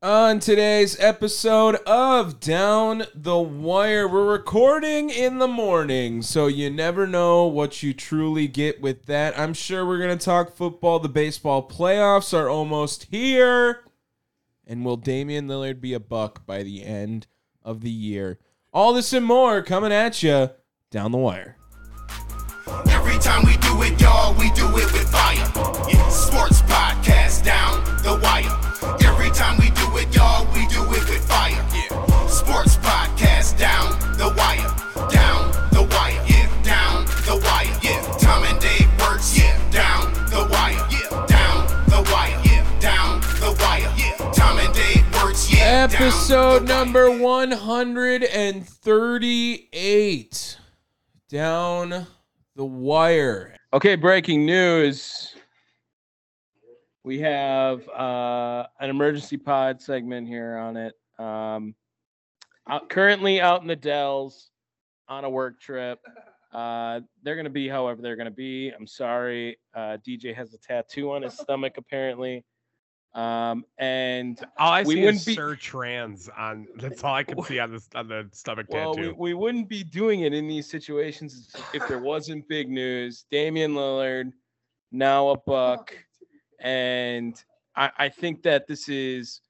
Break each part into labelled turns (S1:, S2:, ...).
S1: On today's episode of Down the Wire, we're recording in the morning, so you never know what you truly get with that. I'm sure we're going to talk football. The baseball playoffs are almost here. And will Damian Lillard be a buck by the end of the year? All this and more coming at you down the wire.
S2: Every time we do it, y'all, we do it with fire. Yeah, sports podcast down the wire. Every time we do it, y'all, we do it with fire. Yeah, sports podcast down the wire. Down the wire. Yeah, down the wire. Yeah, Tom and Dave works. Yeah, down the wire. Yeah, down the wire. Yeah, down the wire. Yeah, Tom and Dave works. Yeah, down the
S1: Episode
S2: wire.
S1: number 138. Down the wire.
S3: Okay, breaking news. We have uh, an emergency pod segment here on it. Um, out, currently out in the Dells on a work trip. Uh, they're going to be however they're going to be. I'm sorry. Uh, DJ has a tattoo on his stomach, apparly. Um, and
S4: All I
S3: We
S4: see
S3: wouldn't
S4: is
S3: be-
S4: Sir Trans on. That's all I can see on the on the stomach
S3: Well, we,
S4: tattoo.
S3: we wouldn't be doing it in these situations if there wasn't big news. Damian Lillard, now a buck. And I, I think that this is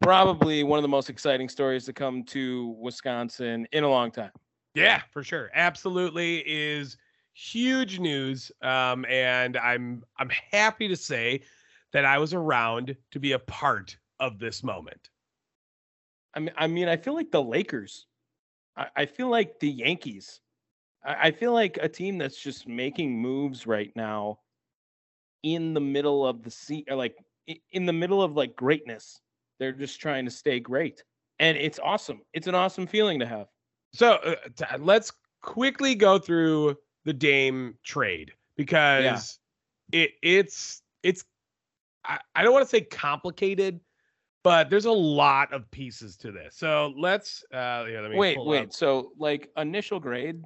S3: probably one of the most exciting stories to come to Wisconsin in a long time.
S4: yeah, for sure. Absolutely is huge news. Um, and I'm I'm happy to say that I was around to be a part of this moment.
S3: I mean, I mean, I feel like the Lakers. I, I feel like the Yankees. I, I feel like a team that's just making moves right now in the middle of the sea or like i- in the middle of like greatness. They're just trying to stay great. And it's awesome. It's an awesome feeling to have.
S4: So uh, t- let's quickly go through the Dame trade because it it's it's I, I don't want to say complicated, but there's a lot of pieces to this. So let's uh yeah, let me
S3: wait,
S4: pull
S3: wait.
S4: up.
S3: So like initial grade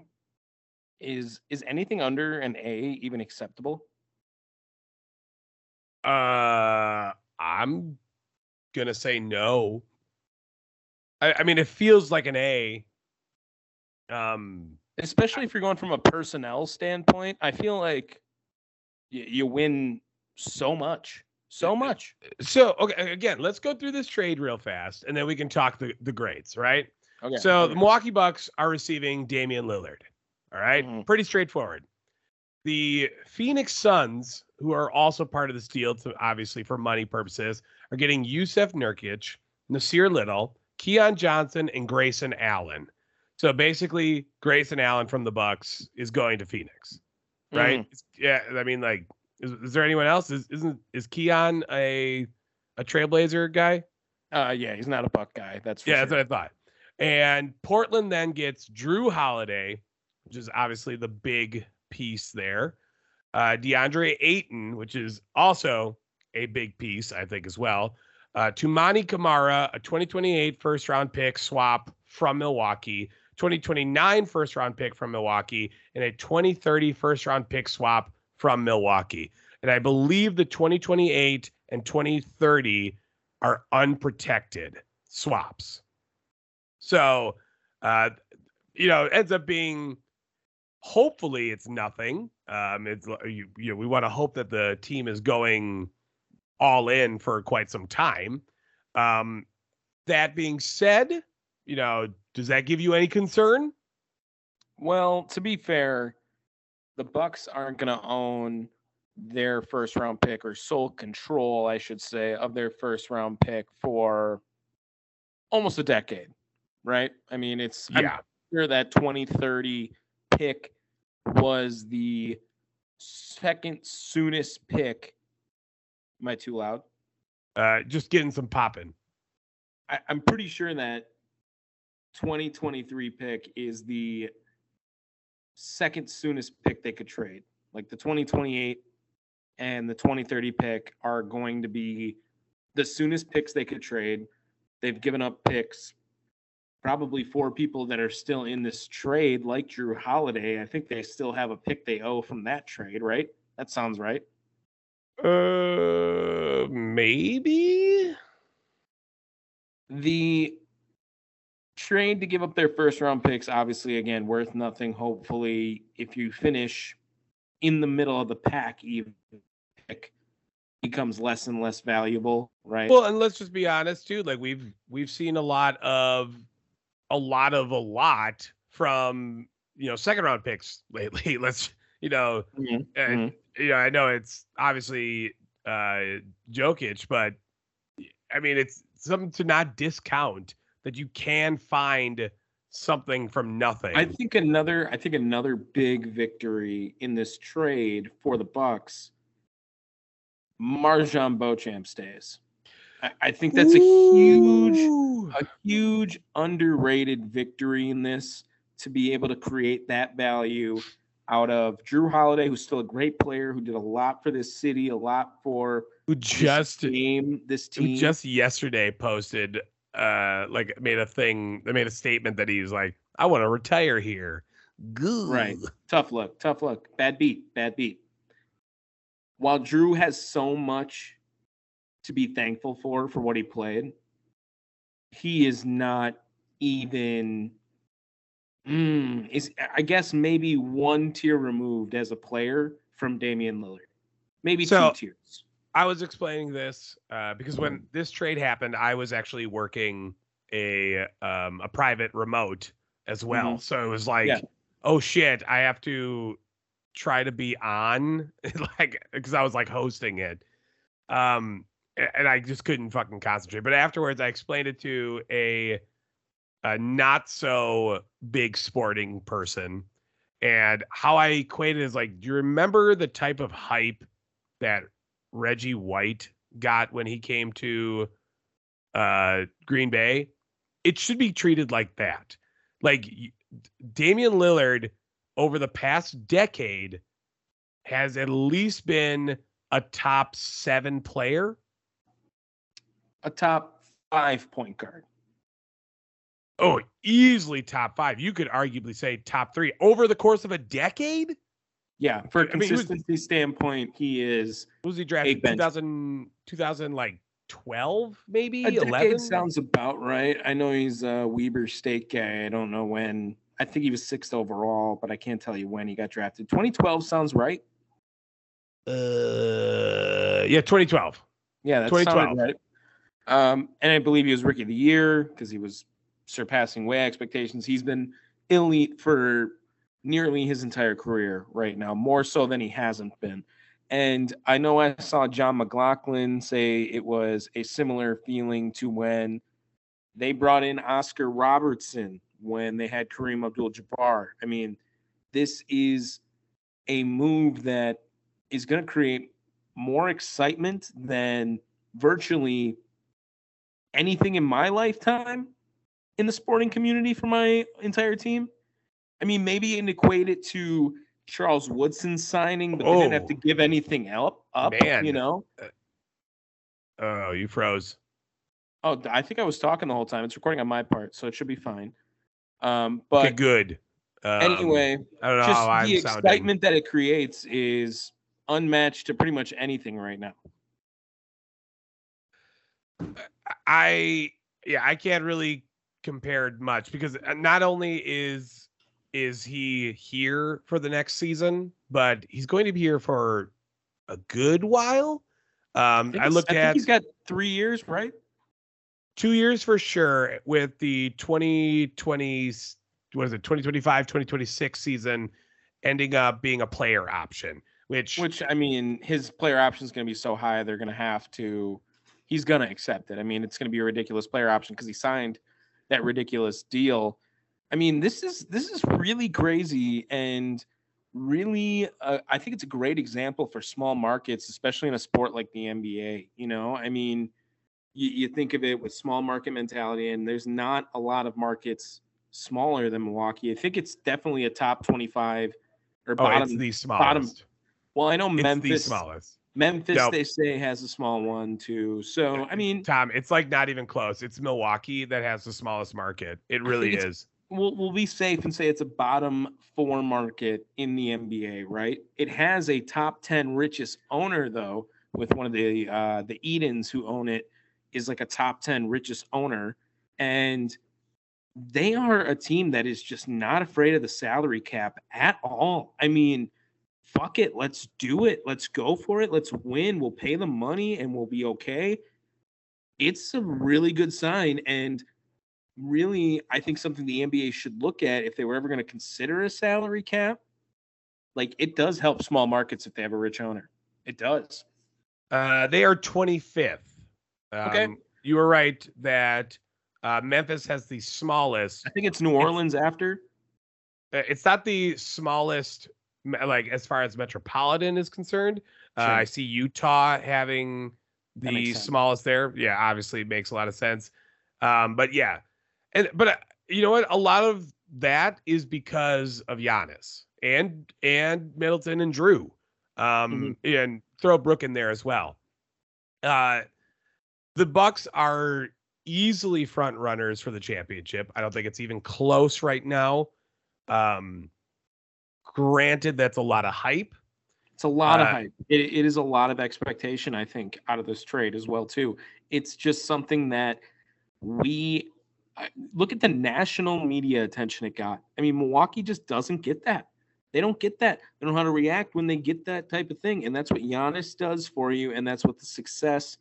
S3: is is anything under an A even acceptable?
S4: Uh I'm gonna say no. I, I mean it feels like an A. Um
S3: especially if you're going from a personnel standpoint i feel like you, you win so much so
S4: Yeah.
S3: much
S4: so okay again, let's go through this trade real fast and then we can talk the, the grades, right?
S3: okay
S4: So the Milwaukee Bucks are receiving Damian Lillard. All right?
S3: Mhm.
S4: Pretty straightforward. The Phoenix Suns, who are also part of this deal, to, obviously for money purposes, are getting Yusef Nurkic, Nasir Little, Keon Johnson, and Grayson Allen. So basically, Grayson Allen from the Bucks is going to Phoenix,
S3: Mm-hmm.
S4: right? It's- Yeah, I mean, like, is, is there anyone else? Is isn't is Keon a a Trailblazer guy?
S3: uh yeah he's not a buck guy that's for
S4: Yeah, that's
S3: sure.
S4: what I thought. And Portland then gets Drew Holiday, which is obviously the big piece there. Uh, DeAndre Ayton, which is also a big piece, I think, as well. Uh, Tumani Kamara, a 2028 first round pick swap from Milwaukee, 2029 first round pick from Milwaukee, and a 2030 first round pick swap from Milwaukee. And I believe the 2028 and 2030 are unprotected swaps. So, uh, you know, it ends up being hopefully it's nothing. Um, it's l- you, you know, we want to hope that the team is going all in for quite some time. Um, that being said, you know, does that give you any concern?
S3: well to be fair the bucks aren't going to own their first round pick or sole control i should say of their first round pick for almost a decade right i mean it's I'm sure that 2030 pick was the second soonest pick. Am I too loud?
S4: Uh, just getting some popping.
S3: I, I'm pretty sure that 2023 pick is the second soonest pick they could trade. Like the 2028 and the 2030 pick are going to be the soonest picks they could trade. They've given up picks probably for people that are still in this trade, like Drew Holiday. I think they still have a pick they owe from that trade, right? That sounds right.
S4: Uh, maybe.
S3: trade to give up their first round picks, obviously, again, worth nothing. Hopefully, if you finish in the middle of the pack, even pick becomes less and less valuable, right?
S4: Well, and let's just be honest too. Like we've we've seen a lot of a lot of a lot from you know second round picks lately. let's you know,
S3: Mhm,
S4: and you know I know it's obviously uh Jokic, but I mean it's something to not discount that you can find something from nothing.
S3: I think another I think another big victory in this trade for the Bucks, Marjan Beauchamp stays. I, I think that's a huge,
S4: Ooh.
S3: a huge underrated victory in this to be able to create that value out of Drew Holiday, who's still a great player, who did a lot for this city, a lot for
S4: who
S3: this
S4: just
S3: team, this
S4: who
S3: team.
S4: just yesterday posted uh like made a thing they made a statement that he's like i want to retire here Goo.
S3: Right. Tough luck. Tough luck. Bad beat. Bad beat. While Drew has so much to be thankful for for what he played, he is not even. Mm, is I guess maybe one tier removed as a player from Damian Lillard, maybe
S4: So-
S3: two tiers.
S4: i was explaining this uh because when this trade happened i was actually working a um a private remote as well
S3: Mhm.
S4: so it was like
S3: Yeah.
S4: oh shit i have to try to be on like because i was like hosting it um a- and i just couldn't fucking concentrate but afterwards i explained it to a a not so big sporting person and how i equate it is like do you remember the type of hype that reggie white got when he came to uh green bay it should be treated like that like y- damian lillard over the past decade has at least been a top seven player.
S3: A top five point guard.
S4: Oh, easily top five. You could arguably say top three over the course of a decade.
S3: Yeah, for
S4: I mean, he was-
S3: consistency standpoint, he is
S4: Was he drafted
S3: bench.
S4: 2000, 2000 like 12, maybe
S3: A decade
S4: 11?
S3: sounds about right. I know he's a Weber State guy. I don't know when. I think he was sixth overall, but I can't tell you when he got drafted. 2012 sounds right.
S4: uh, yeah, 2012.
S3: Yeah, that's
S4: 2012.
S3: right. Um, and I believe he was rookie of the year because he was surpassing way expectations. He's been elite for nearly his entire career right now, more so than he hasn't been. And I know I saw John McLaughlin say it was a similar feeling to when they brought in Oscar Robertson when they had Kareem Abdul Jabbar. I mean, this is a move that is going to create more excitement than virtually anything in my lifetime in the sporting community for my entire team. I mean, maybe you can equate it to Charles Woodson signing, but they didn't have to
S4: Oh.
S3: give anything up. up
S4: Man.
S3: You know?
S4: Oh, you froze.
S3: Oh, d- I think I was talking the whole time. It's recording on my part, so it should be fine. Um,
S4: Okay,
S3: but
S4: good. Um,
S3: anyway,
S4: I don't know
S3: just
S4: how I'm
S3: the
S4: sounding.
S3: excitement that it creates is unmatched to pretty much anything right now.
S4: I yeah, I can't really compare much because uh, not only is is he here for the next season, but he's going to be here for a good while. Um, I,
S3: it's-
S4: looked
S3: think
S4: at
S3: he's got three years, right?
S4: two years for sure with the 2020 what is it 2025 2026 season ending up being a player option which,
S3: Which I mean, his player option is going to be so high, they're going to have to. He's going to accept it. I mean, it's going to be a ridiculous player option because he signed that
S4: Mm-hmm.
S3: ridiculous deal. I mean, this is this is really crazy and really, uh, I think it's a great example for small markets, especially in a sport like the NBA. You know, I mean, you, you think of it with small market mentality, and there's not a lot of markets smaller than Milwaukee. I think it's definitely a top twenty-five or
S4: oh
S3: bottom
S4: it's the smallest
S3: well, I know
S4: it's the
S3: Memphis.
S4: smallest
S3: Memphis,
S4: No.
S3: they say, has a small one too. So I mean,
S4: Tom, it's like not even close. It's Milwaukee that has the smallest market. It really
S3: it's-
S4: is.
S3: we'll we'll be safe and say it's a bottom four market in the NBA, right? It has a top ten richest owner though, with one of the uh, the Edens who own it is like a top ten richest owner, and they are a team that is just not afraid of the salary cap at all. I mean, fuck it. Let's do it. Let's go for it. Let's win. We'll pay the money and we'll be okay. It's a really good sign. And really, I think something the NBA should look at if they were ever going to consider a salary cap. Like, it does help small markets if they have a rich owner. It does.
S4: Uh, they are 25th.
S3: Okay.
S4: Um, You were right that uh, Memphis has the smallest.
S3: I think it's New Orleans after.
S4: uh, It's not the smallest, me- like as far as metropolitan is concerned. Uh,
S3: Sure.
S4: I see Utah having
S3: That
S4: the
S3: makes sense.
S4: smallest there. Yeah, obviously it makes a lot of sense. Um, but yeah, and but uh, you know what? A lot of that is because of Giannis and and Middleton and Drew, um,
S3: Mm-hmm.
S4: and throw Brook in there as well. Uh, the Bucks are easily front runners for the championship. I don't think it's even close right now. Um, granted, that's a lot of hype.
S3: It's a lot of
S4: Uh,
S3: hype. It, it is a lot of expectation, I think, out of this trade as well too. It's just something that we I- look at the national media attention it got. I mean, Milwaukee just doesn't get that. They don't get that. They don't know how to react when they get that type of thing, and that's what Giannis does for you, and that's what the success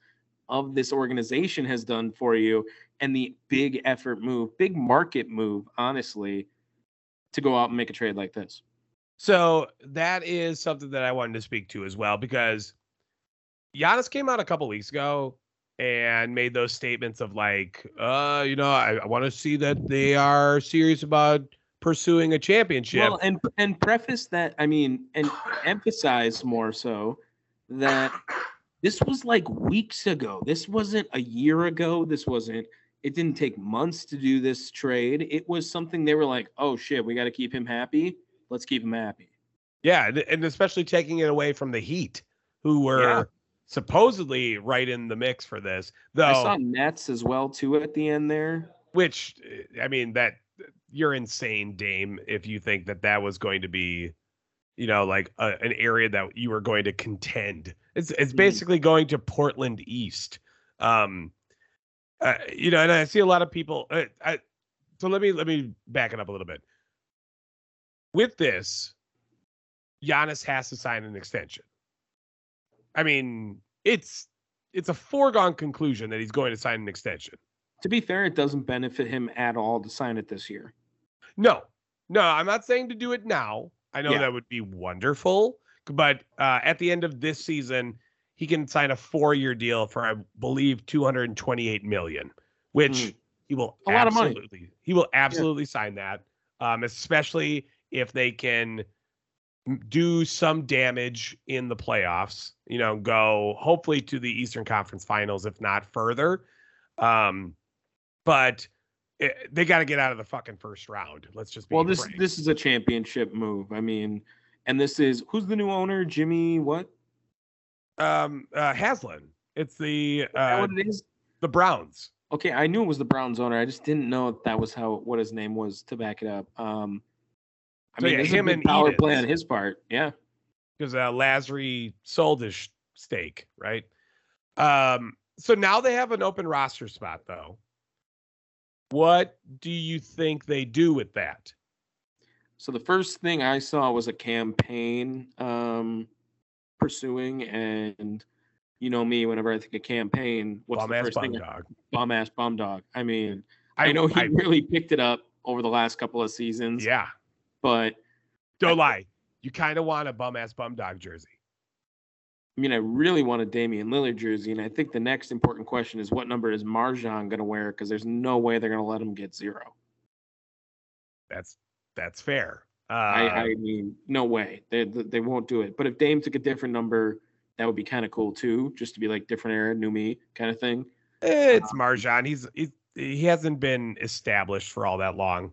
S3: of this organization has done for you, and the big effort move, big market move, honestly, to go out and make a trade like this.
S4: So that is something that I wanted to speak to as well because Giannis came out a couple weeks ago and made those statements of like, uh, you know, I, I want to see that they are serious about pursuing a championship.
S3: Well, and and preface that I mean, and emphasize more so that this was like weeks ago. This wasn't a year ago. This wasn't. It didn't take months to do this trade. It was something they were like, "Oh shit, we got to keep him happy. Let's keep him happy."
S4: yeah, and, and especially taking it away from the Heat, who were
S3: Yeah.
S4: supposedly right in the mix for this. Though,
S3: I saw Nets as well too at the end there.
S4: which eh, I mean that you're insane, Dame, if you think that that was going to be, you know, like a, an area that you were going to contend. It's it's
S3: Mhm.
S4: basically going to Portland East. Um, uh, you know, and I see a lot of people. Uh, I, so let me let me back it up a little bit. With this, Giannis has to sign an extension. I mean, it's it's a foregone conclusion that he's going to sign an extension.
S3: To be fair, it doesn't benefit him at all to sign it this year.
S4: No, no, I'm not saying to do it now. I know
S3: Yeah.
S4: that would be wonderful, but uh, at the end of this season, he can sign a four-year deal for, I believe, 228 million, which
S3: Mm.
S4: he will
S3: A lot of money.
S4: absolutely, he will absolutely sign that. Um, especially if they can m- do some damage in the playoffs, you know, go hopefully to the Eastern Conference Finals, if not further. Um, but it, they got to get out of the fucking first round. Let's just be
S3: Well, this
S4: frank.
S3: this is a championship move. I mean, and this is who's the new owner? Jimmy what?
S4: um uh, Haslin. It's the
S3: Is that
S4: uh,
S3: what it is?
S4: the Browns.
S3: Okay, I knew it was the Browns owner. I just didn't know if that was how what his name was to back it up. Um, I
S4: So,
S3: mean,
S4: yeah,
S3: this is a
S4: him
S3: big
S4: and
S3: power play
S4: Edens.
S3: on his part. Yeah,
S4: because uh, Lazary sold his sh- stake, right? Um, so now they have an open roster spot, though. What do you think they do with that?
S3: So the first thing I saw was a campaign um, pursuing, and you know me, whenever I think of campaign, what's
S4: Bum
S3: the
S4: ass
S3: first
S4: bum
S3: thing?
S4: dog.
S3: Bum ass bum dog. I mean, I, know he
S4: I-
S3: really picked it up over the last couple of seasons.
S4: yeah,
S3: but
S4: don't lie. You kind of want a bum ass bum dog jersey.
S3: I mean, I really want a Damian Lillard jersey, and I think the next important question is what number is Marjan going to wear? Because there's no way they're going to let him get zero.
S4: That's that's fair. Uh,
S3: I, I mean, no way. They, they they won't do it. But if Dame took a different number, that would be kind of cool too, just to be like different era, new me kind of thing.
S4: eh,
S3: Uh,
S4: it's Marjan. He's, he's he hasn't been established for all that long.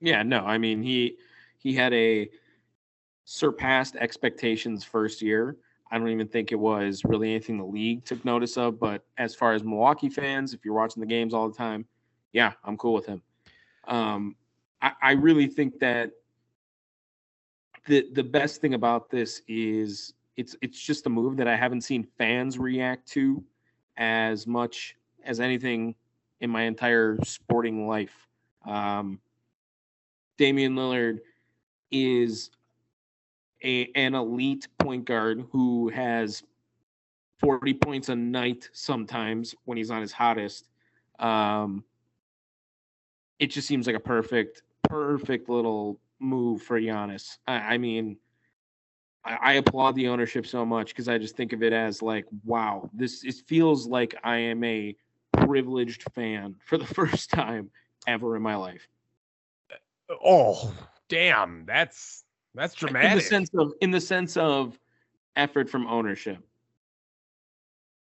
S3: Yeah, no, I mean he he had a surpassed expectations first year. I don't even think it was really anything the league took notice of. But as far as Milwaukee fans, if you're watching the games all the time, yeah, I'm cool with him. Um, I, I really think that the the best thing about this is it's it's just a move that I haven't seen fans react to as much as anything in my entire sporting life. Um, Damian Lillard is a an elite point guard who has 40 points a night sometimes when he's on his hottest. Um, it just seems like a perfect, perfect little move for Giannis. I, I mean, I, I applaud the ownership so much because I just think of it as like, wow, this it feels like I am a privileged fan for the first time ever in my life.
S4: Oh, damn. That's that's
S3: In the
S4: dramatic.
S3: sense of in the sense of effort from ownership.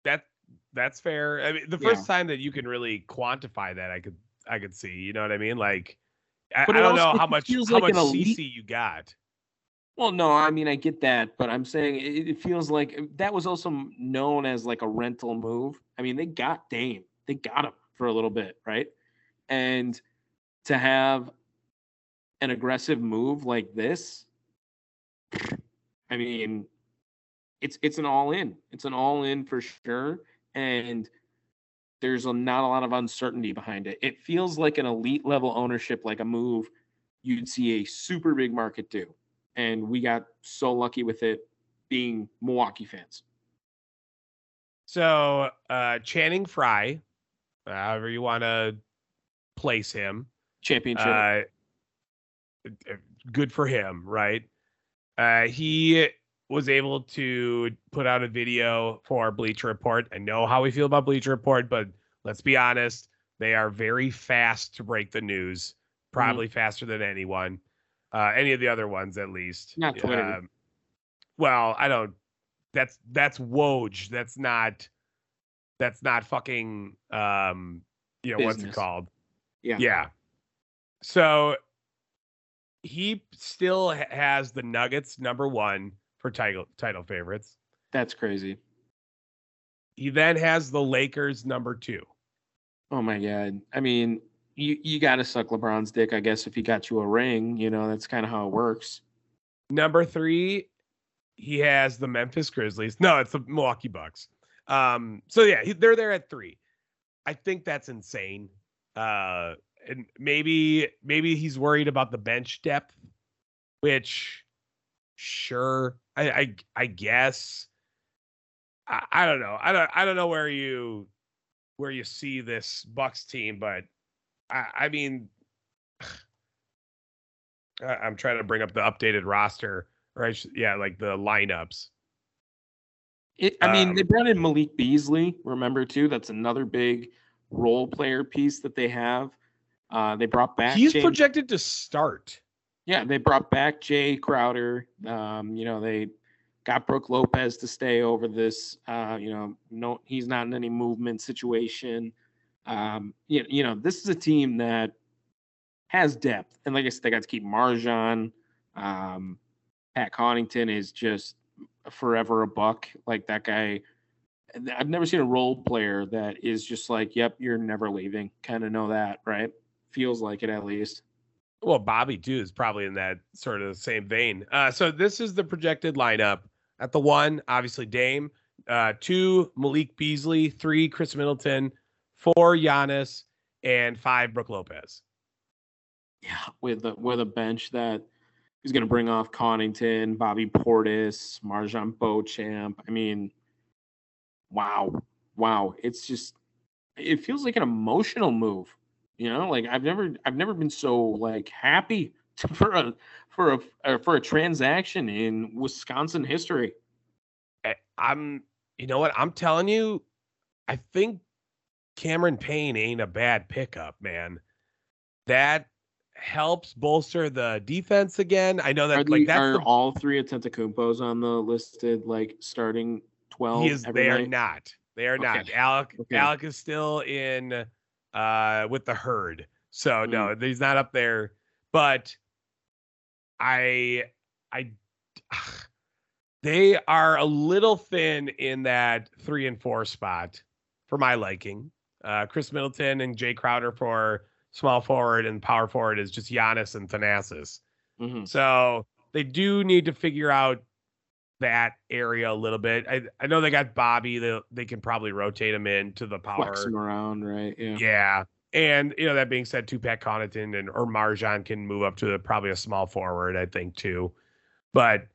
S4: that that's fair. I mean, the
S3: Yeah.
S4: first time that you can really quantify that, I could I could see. You know what I mean? Like, I,
S3: But
S4: I
S3: it
S4: don't
S3: also-
S4: know how
S3: it
S4: much
S3: feels
S4: how
S3: like
S4: much
S3: an elite-
S4: CC you got.
S3: Well, no, I mean I get that, but I'm saying it, it feels like uh, that was also m- known as like a rental move. I mean, they got Dame, they got him for a little bit, right? And to have an aggressive move like this, I mean, it's it's an all in. It's an all in for sure, and there's a, not a lot of uncertainty behind it. It feels like an elite level ownership, like a move you'd see a super big market do and we got so lucky with it being Milwaukee fans.
S4: So uh Channing Frye, however you want to place him,
S3: Championship.
S4: uh, good for him, right? Uh, he was able to put out a video for Bleacher Report. I know how we feel about Bleacher Report, but let's be honest, they are very fast to break the news, probably
S3: Mm-hmm.
S4: faster than anyone, uh, any of the other ones at least.
S3: Not Twitter.
S4: Um, well, I don't. That's that's Woj. That's not. That's not fucking. Um, you know what's it
S3: Business.
S4: called?
S3: Yeah.
S4: Yeah. So he still ha- has the Nuggets number one for title title favorites.
S3: That's crazy.
S4: He then has the Lakers number two.
S3: Oh my god. I mean, you you got to suck LeBron's dick, I guess, if he got you a ring. You know, that's kind of how it works.
S4: Number three, he has the Memphis Grizzlies. No, it's the Milwaukee Bucks. Um, so yeah, he, they're there at three. I think that's insane. Uh, and maybe maybe he's worried about the bench depth, which sure, I I, I guess. I, I don't know. I don't I don't know where you where you see this Bucks team, but I I mean I- I'm trying to bring up the updated roster, or I sh- yeah, like the lineups.
S3: It, I mean,
S4: Um,
S3: they brought in Malik Beasley, remember too? That's another big role player piece that they have. Uh, they brought back
S4: He's
S3: James-
S4: projected to start.
S3: Yeah, they brought back Jay Crowder. Um, you know, they got Brooke Lopez to stay over this. Uh, you know, no, he's not in any movement situation. Um, you, you know, this is a team that has depth, and like I said, they got to keep Marjan. Um, Pat Connington is just forever a buck. Like that guy, I've never seen a role player that is just like, "Yep, you're never leaving." Kind of know that, right? Feels like it at least.
S4: Well, Bobby too is probably in that sort of same vein. Uh, so this is the projected lineup at the one, obviously Dame, uh, two Malik Beasley, three Chris Middleton, four Giannis, and five Brooke Lopez.
S3: yeah, with a, with a bench that is going to bring off Connington, Bobby Portis, Marjan Beauchamp. I mean, wow, wow. It's just it feels like an emotional move. You know, like I've never I've never been so like happy for a for a uh, for a transaction in Wisconsin history.
S4: I- I'm, you know what? I'm telling you, I think Cameron Payne ain't a bad pickup, man. That helps bolster the defense again. I know
S3: Are,
S4: that,
S3: the,
S4: like,
S3: are
S4: that's
S3: all three of Tentacumpo's on the listed like starting
S4: the,
S3: twelve?
S4: he is.
S3: every
S4: They are
S3: night?
S4: not. They are not.
S3: Okay.
S4: Alec,
S3: Okay.
S4: Alec is still in, uh, with the herd. So no,
S3: Mm.
S4: he's not up there. But I, I, they are a little thin in that three and four spot. for my liking. Uh, Chris Middleton and Jay Crowder for small forward and power forward is just Giannis and Thanasis.
S3: Mhm.
S4: So they do need to figure out that area a little bit. I, I know they got Bobby. They, they can probably rotate him into the power.
S3: Flex them around, right? Yeah.
S4: Yeah. And you know that being said, Tupac Connaughton and or Marjan can move up to the, probably a small forward, I think too. But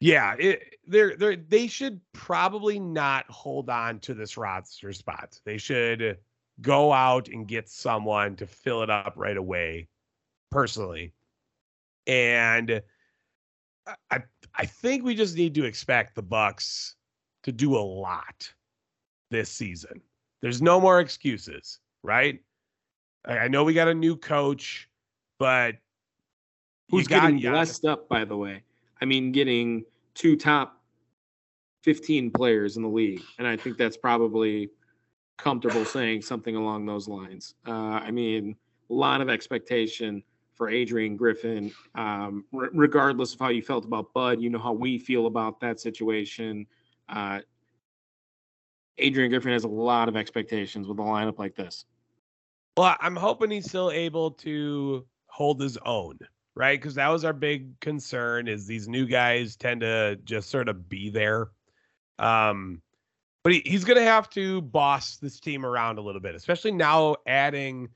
S4: yeah, it, they're they they should probably not hold on to this roster spot. They should go out and get someone to fill it up right away, personally. And I- I I think we just need to expect the Bucks to do a lot this season. There's no more excuses, right? I, I know we got a new coach, but you
S3: Who's getting
S4: Giannis.
S3: blessed up, by the way? I mean, getting two top 15 players in the league. And I think that's probably comfortable saying something along those lines. Uh, I mean, a lot of expectation for Adrian Griffin. Um, re- regardless of how you felt about Bud, you know how we feel about that situation. Uh, Adrian Griffin has a lot of expectations with a lineup like this.
S4: Well, I- I'm hoping he's still able to hold his own, right? Because that was our big concern is these new guys tend to just sort of be there. Um, but he, he's going to have to boss this team around a little bit, especially now adding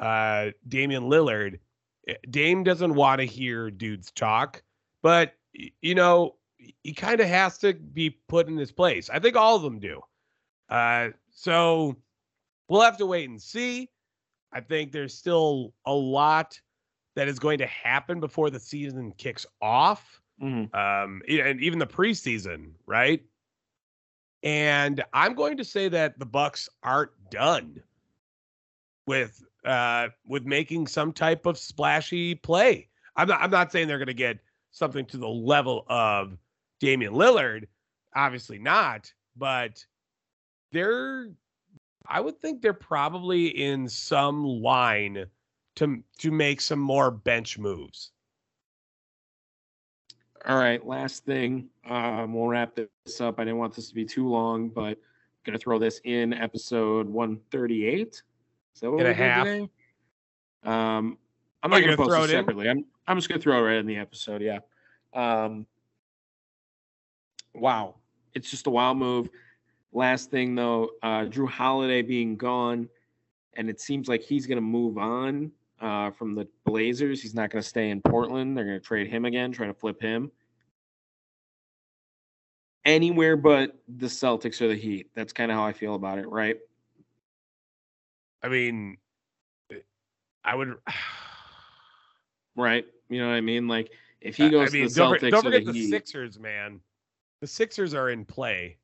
S4: uh, Damian Lillard. Eh, Dame doesn't want to hear dudes talk, but y- you know he kind of has to be put in his place. I think all of them do. Uh, so we'll have to wait and see. I think there's still a lot that is going to happen before the season kicks off um, e- and even the preseason, right? And I'm going to say that the Bucks aren't done with uh, with making some type of splashy play. I'm not. I'm not saying they're going to get something to the level of Damian Lillard. Obviously not, but they're. I would think they're probably in some line to to make some more bench moves.
S3: All right, last thing. Um, we'll wrap this up. I didn't want this to be too long, but I'm gonna throw this in episode 138. Is that what
S4: And a
S3: we're doing
S4: half.
S3: today? Um, I'm
S4: Oh,
S3: not
S4: you're gonna
S3: gonna, post
S4: throw
S3: it
S4: it in?
S3: separately. I'm I'm just gonna throw it right in the episode. Yeah. Um, wow, it's just a wild move. Last thing though, uh, Drew Holiday being gone, and it seems like he's gonna move on uh, from the Blazers. He's not gonna stay in Portland. They're gonna trade him again, try to flip him anywhere but the Celtics or the Heat. That's kind of how I feel about it, right?
S4: I mean, eh, I would.
S3: Right? You know what I mean? Like if
S4: I-
S3: he
S4: I
S3: goes
S4: mean,
S3: to the
S4: don't,
S3: Celtics
S4: for- don't
S3: or
S4: forget
S3: the,
S4: the,
S3: Heat,
S4: Sixers, man. The Sixers are in play.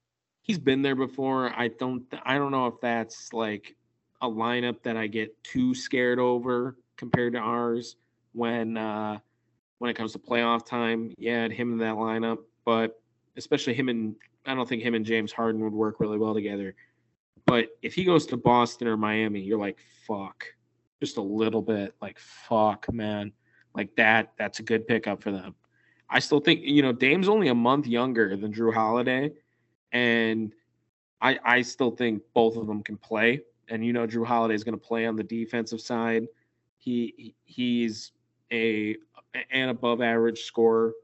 S3: he's been there before. I don't I don't know if that's like a lineup that I get too scared over compared to ours when uh when it comes to playoff time. Yeah, I'd him in that lineup, but especially him and I don't think him and James Harden would work really well together. But if he goes to Boston or Miami, you're like, fuck. Just a little bit like fuck, man. Like that, that's a good pickup for them. I still think, you know, Dame's only a month younger than Drew Holiday. And I I still think both of them can play. And you know, Drew Holiday is going to play on the defensive side. He he- he's a an above average scorer.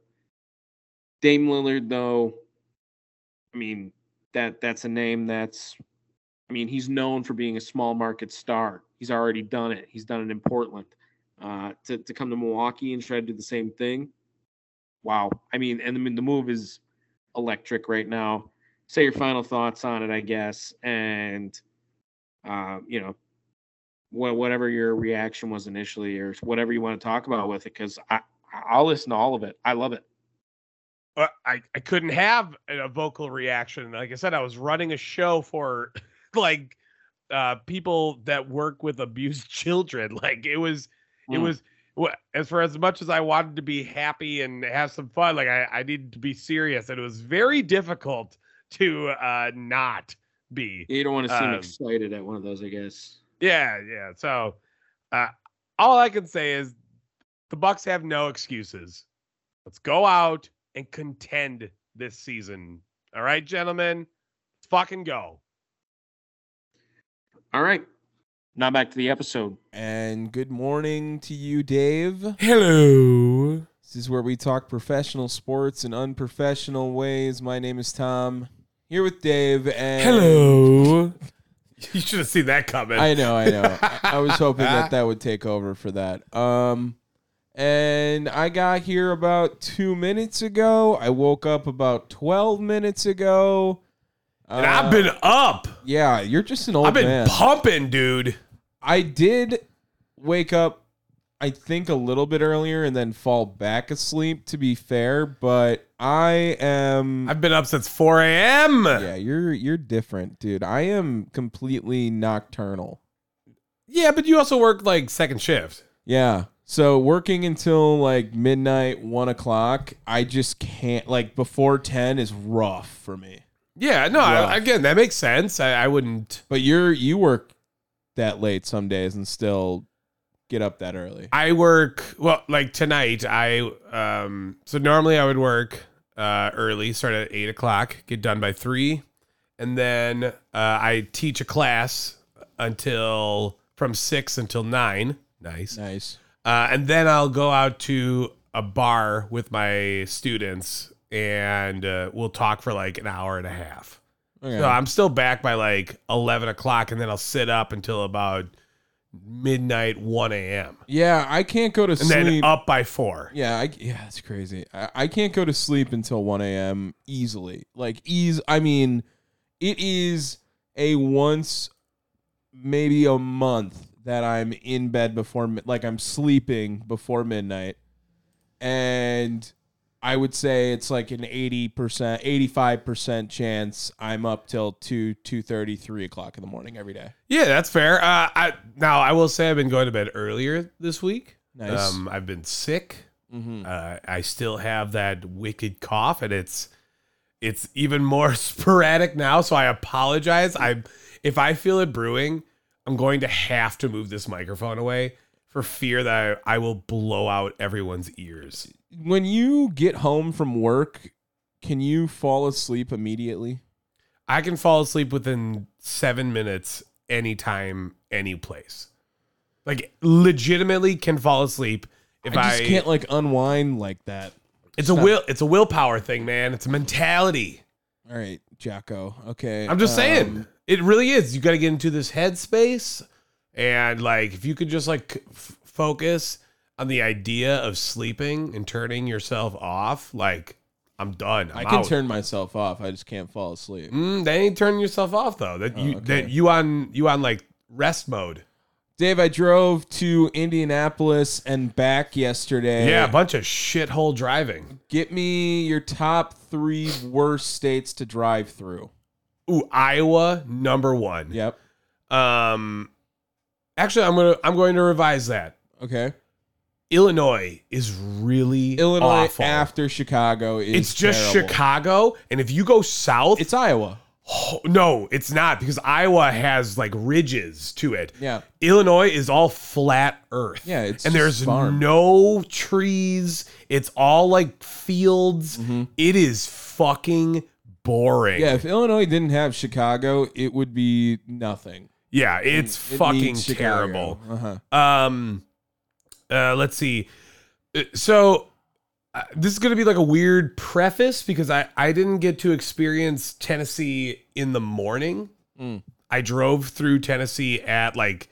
S3: Dame Lillard, though, I mean that that's a name that's, I mean he's known for being a small market star. He's already done it. He's done it in Portland. Uh, to to come to Milwaukee and try to do the same thing. Wow. I mean, and I mean the move is electric right now. Say your final thoughts on it, I guess, and uh, you know, wha- whatever your reaction was initially, or whatever you want to talk about with it, because I I'll listen to all of it. I love it.
S4: Uh, I, I couldn't have a a vocal reaction. Like I said, I was running a show for like uh, people that work with abused children. Like it was, it
S3: Mm.
S4: was wha- as for as much as I wanted to be happy and have some fun, like I, I needed to be serious, and it was very difficult to uh, not be.
S3: You don't want to seem
S4: Um,
S3: excited at one of those, I guess.
S4: Yeah, yeah. So, uh, all I can say is the Bucks have no excuses. Let's go out and contend this season. All right, gentlemen, let's fucking go.
S3: All right, now back to the episode.
S1: And good morning to you, Dave.
S4: Hello.
S1: This is where we talk professional sports in unprofessional ways. My name is Tom. Here with Dave and
S4: You should have seen that coming.
S1: I know, I know. I, I was hoping that that would take over for that. Um, and I got here about two minutes ago. I woke up about twelve minutes ago.
S4: And
S1: Uh,
S4: I've been up.
S1: yeah. You're just an old
S4: I've been
S1: man.
S4: pumping, dude.
S1: I did wake up, I think, a little bit earlier and then fall back asleep, to be fair, but I am.
S4: I've been up since 4 a.m.
S1: yeah, you're you're different, dude. I am completely nocturnal.
S4: Yeah, but you also work like second shift.
S1: Yeah. So working until like midnight, one o'clock, I just can't. Like before ten is rough for me.
S4: Yeah, no,
S1: Rough.
S4: I, again, that makes sense. I, I wouldn't.
S1: But you're you work that late some days and still get up that early.
S4: I work well, like tonight. I um, so normally I would work uh early, start at eight o'clock, get done by three, and then uh, I teach a class until from six until nine. Nice.
S1: Nice.
S4: Uh, and then I'll go out to a bar with my students and uh, we'll talk for like an hour and a half.
S1: Okay.
S4: So I'm still back by like 11 o'clock and then I'll sit up until about midnight, 1 a.m.
S1: yeah, I can't go to
S4: And
S1: sleep.
S4: then up by 4.
S1: Yeah, I, yeah, that's crazy. I, I can't go to sleep until 1 a.m. easily. Like, ease, I mean, it is a once, maybe a month that I'm in bed before, mi- like, I'm sleeping before midnight. And I would say it's like an 80%, 85% chance I'm up till 2, 2.30, 3 o'clock in the morning every day.
S4: Yeah, that's fair. Uh, I, now, I will say I've been going to bed earlier this week.
S1: Nice.
S4: Um, I've been sick.
S1: hmm
S4: Uh, I still have that wicked cough, and it's it's even more sporadic now. So I apologize. I if I feel it brewing, I'm going to have to move this microphone away for fear that I, I will blow out everyone's ears.
S1: When you get home from work, can you fall asleep immediately?
S4: I can fall asleep within seven minutes, anytime, any place. Like legitimately, can fall asleep if
S1: I
S4: I.
S1: just can't like unwind like that.
S4: it's a will. It's a willpower thing, man. It's a mentality.
S1: All right, Jocko. Okay.
S4: I'm just saying,
S1: um,
S4: it really is. You got to get into this headspace, and like, if you could just like f- focus on the idea of sleeping and turning yourself off, like, I'm done.
S1: I
S4: I'm
S1: can
S4: out.
S1: turn myself off. I just can't fall asleep.
S4: Mm, that ain't turning yourself off though. That
S1: Oh,
S4: you
S1: okay.
S4: that you on you on like rest mode.
S1: Dave, I drove to Indianapolis and back yesterday.
S4: Yeah, a bunch of shithole driving.
S1: Get me your top three worst states to drive through.
S4: Ooh, Iowa number one.
S1: Yep.
S4: Um, actually, I'm gonna I'm going to revise that.
S1: Okay.
S4: Illinois is really
S1: Illinois
S4: awful.
S1: after Chicago is.
S4: it's just
S1: terrible.
S4: Chicago, and if you go south,
S1: It's Iowa.
S4: oh, no, it's not because Iowa has like ridges to it.
S1: Yeah.
S4: Illinois is all flat Earth.
S1: Yeah, it's just
S4: and there's
S1: farm.
S4: no trees. It's all like fields.
S1: Mm-hmm.
S4: It is fucking boring.
S1: Yeah. If Illinois didn't have Chicago, it would be nothing.
S4: Yeah, it's
S1: It
S4: fucking
S1: needs Chicago.
S4: terrible.
S1: Uh-huh.
S4: Um, uh, let's see. Uh, So uh, this is gonna be like a weird preface because I I didn't get to experience Tennessee in the morning.
S1: Mm.
S4: I drove through Tennessee at like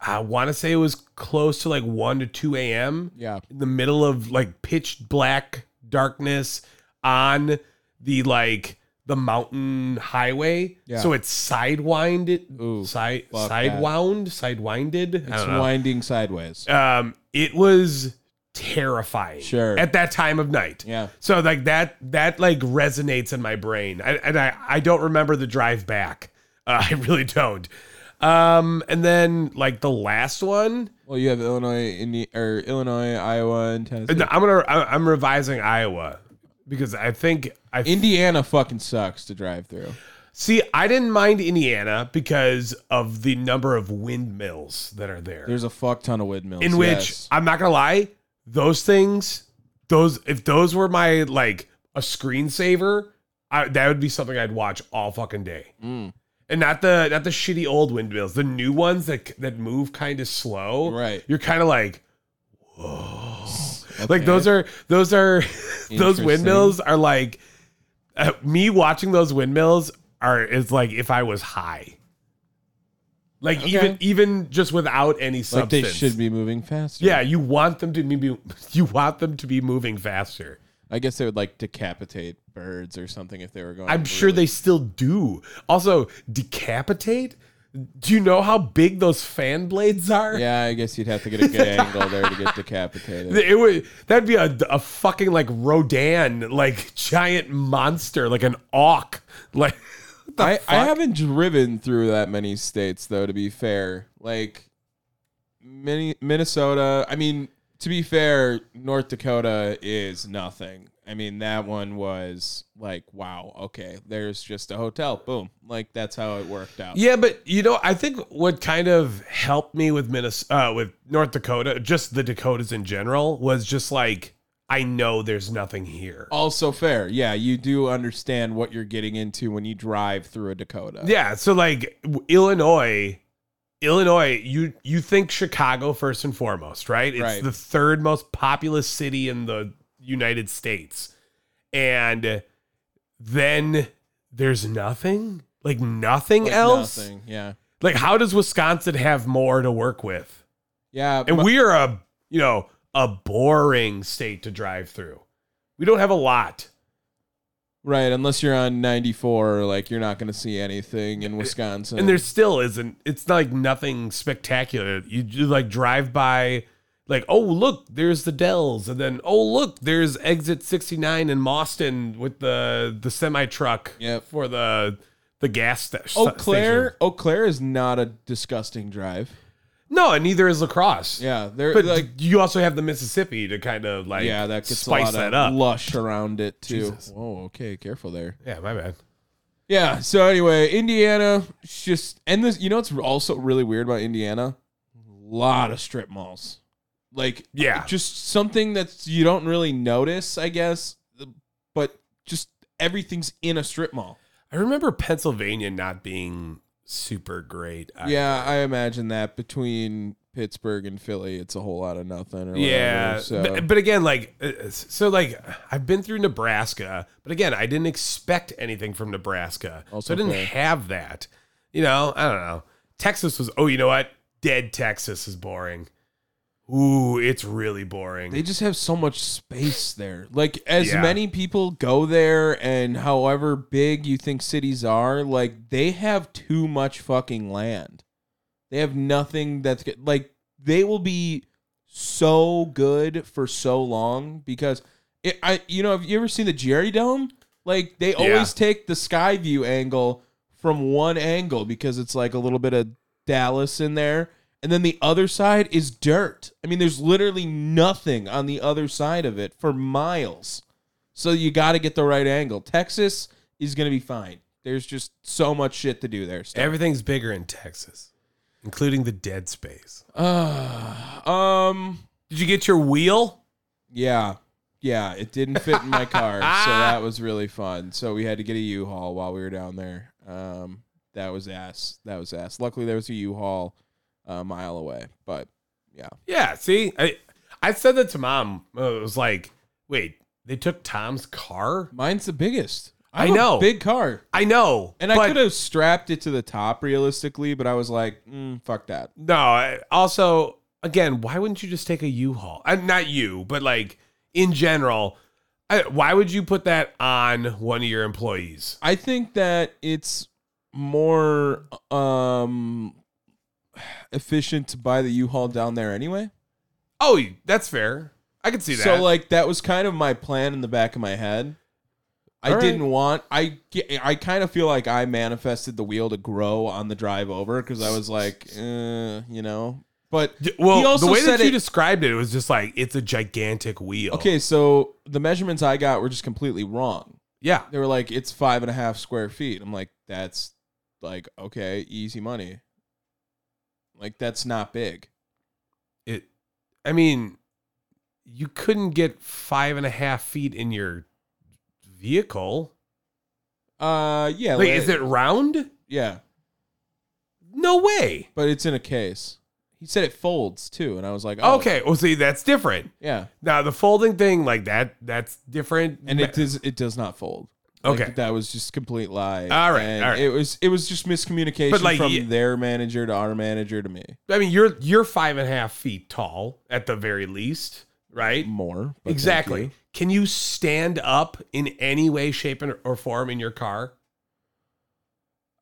S4: I want to say it was close to like one to two a.m.
S1: Yeah.
S4: in the middle of like pitch black darkness on the like the mountain highway.
S1: Yeah.
S4: So it's sidewind it
S1: Ooh.
S4: side
S1: fuck
S4: sidewound sidewinded. I
S1: It's
S4: don't know.
S1: winding sideways.
S4: Um, it was terrifying.
S1: Sure.
S4: At that time of night.
S1: Yeah.
S4: So like that that like resonates in my brain, I, and I I don't remember the drive back. Uh, I really don't. Um, and then like the last one,
S1: Well, you have Illinois, Indi- or Illinois, Iowa, and Tennessee.
S4: and I'm gonna I- I'm revising Iowa because I think I
S1: Indiana fucking sucks to drive through.
S4: see I didn't mind Indiana because of the number of windmills that are there.
S1: There's a fuck ton of windmills.
S4: in which
S1: yes.
S4: I'm not gonna lie, those things, those if those were my like a screensaver, I, that would be something I'd watch all fucking day.
S1: Mm.
S4: And not the not the shitty old windmills, the new ones that that move kind of slow.
S1: Right.
S4: You're kind of like, whoa. Like those are those are those
S1: Interesting.
S4: windmills are like uh, me watching those windmills are is like if I was high. Like
S1: Okay.
S4: even even just without any
S1: Like
S4: substance.
S1: they should be moving faster.
S4: Yeah, you want them to be you want them to be moving faster.
S1: I guess they would like decapitate birds or something if they were going.
S4: I'm sure they still do. Also, decapitate? Do you know how big those fan blades are?
S1: Yeah, I guess you'd have to get a good angle there to get decapitated.
S4: It would that'd be a, a fucking like Rodan, like giant monster, like an auk. Like what the
S1: I, I
S4: fuck?
S1: haven't driven through that many states though. To be fair, like mini, Minnesota. I mean, to be fair, North Dakota is nothing. I mean, that one was like, wow, okay, there's just a hotel. Boom, like that's how it worked out.
S4: Yeah, but you know, I think what kind of helped me with Minnesota, uh, with North Dakota, just the Dakotas in general, was just like I know there's nothing here.
S1: Also fair, yeah. You do understand what you're getting into when you drive through a Dakota.
S4: Yeah, so like w- Illinois, Illinois, you you think Chicago first and foremost, right? It's
S1: Right.
S4: the third most populous city in the United States. And then there's nothing? Like nothing
S1: Like
S4: else?
S1: nothing, Yeah,
S4: Like how does Wisconsin have more to work with?
S1: yeah.
S4: And
S1: mu-
S4: we are a, you know, a boring state to drive through. We don't have a lot.
S1: right, unless you're on 94, like you're not going to see anything in Wisconsin.
S4: and there still isn't it's not like nothing spectacular you do like drive by like oh look there's the dells and then oh look there's exit 69 in Boston with the the semi truck
S1: Yep.
S4: for the the gas sta- sta-
S1: Eau
S4: station
S1: Claire, Eau Claire is not a disgusting drive.
S4: no and neither is lacrosse
S1: Yeah, they're
S4: but
S1: like
S4: you also have the mississippi to kind of like
S1: yeah, that gets a
S4: spice
S1: lot
S4: that
S1: of
S4: up
S1: lush around it too.
S4: Jesus.
S1: Whoa, okay, careful there.
S4: yeah my bad
S1: Yeah. So anyway, Indiana, it's just and this, you know, what's also really weird about Indiana. A lot of strip malls, like
S4: yeah
S1: just something that's you don't really notice, I guess. But just everything's in a strip mall.
S4: i remember pennsylvania not being super great either.
S1: Yeah, I imagine that between Pittsburgh and Philly, it's a whole lot of nothing. Or whatever,
S4: Yeah,
S1: so.
S4: but, but again, like, uh, so like I've been through Nebraska, but again, I didn't expect anything from Nebraska,
S1: Also
S4: so I didn't
S1: fair.
S4: have that. You know, I don't know. Texas was oh, you know what? Dead Texas is boring. Ooh, it's really boring.
S1: They just have so much space there. Like as
S4: Yeah.
S1: many people go there and however big you think cities are, like they have too much fucking land. They have nothing that's good. like they will be so good for so long because it, I you know, have you ever seen the Jerry Dome? Like they always
S4: Yeah.
S1: take the sky view angle from one angle because it's like a little bit of Dallas in there. And then the other side is dirt. I mean, there's literally nothing on the other side of it for miles. So you got to get the right angle. Texas is going to be fine. There's just so much shit to do there. still.
S4: Everything's bigger in Texas, including the dead space.
S1: Ah, um,
S4: Did you get your wheel?
S1: yeah. Yeah, it didn't fit in my car, so that was really fun. So we had to get a U-Haul while we were down there. Um, that was ass. That was ass. Luckily, there was a U-Haul a mile away, but
S4: Yeah. See, I I said that to mom. Uh, It was like, wait, they took Tom's car.
S1: Mine's the biggest.
S4: I
S1: have a
S4: know.
S1: big car,
S4: I know,
S1: and
S4: but-
S1: I could have strapped it to the top realistically, but I was like, mm, "Fuck that."
S4: No, I- also, again, why wouldn't you just take a U-Haul? Uh, not you, but like in general, I, why would you put that on one of your employees?
S1: I think that it's more um efficient to buy the U-Haul down there anyway.
S4: Oh, that's fair. I can see that.
S1: So like that was kind of my plan in the back of my head. I
S4: All right.
S1: didn't want I ge- I kind of feel like I manifested the wheel to grow on the drive over because I was like, eh, you know, but
S4: D- well,
S1: he also
S4: the way that
S1: said
S4: you
S1: it-
S4: described it, it was just like it's a gigantic wheel.
S1: okay, so the measurements I got were just completely wrong.
S4: yeah,
S1: they were like, it's five and a half square feet. I'm like, that's like, okay, easy money. Like, that's not big.
S4: it. I mean, you couldn't get five and a half feet in your vehicle.
S1: Uh, yeah.
S4: Like,
S1: like-
S4: is it round?
S1: Yeah,
S4: No way.
S1: but it's in a case. He said it folds too, and I was like, oh,
S4: Okay, well, see, that's different.
S1: yeah,
S4: Now the folding thing, like that, that's different.
S1: and
S4: Ma-
S1: it does it does not fold. Like,
S4: Okay.
S1: that was just complete lie.
S4: All right,
S1: And
S4: all right.
S1: It was it was just miscommunication
S4: But, like,
S1: from
S4: y-
S1: their manager to our manager to me.
S4: I mean, you're you're five and a half feet tall at the very least, right?
S1: More Mm, but thank
S4: exactly.
S1: you.
S4: Can you stand up in any way, shape, and- or form in your car?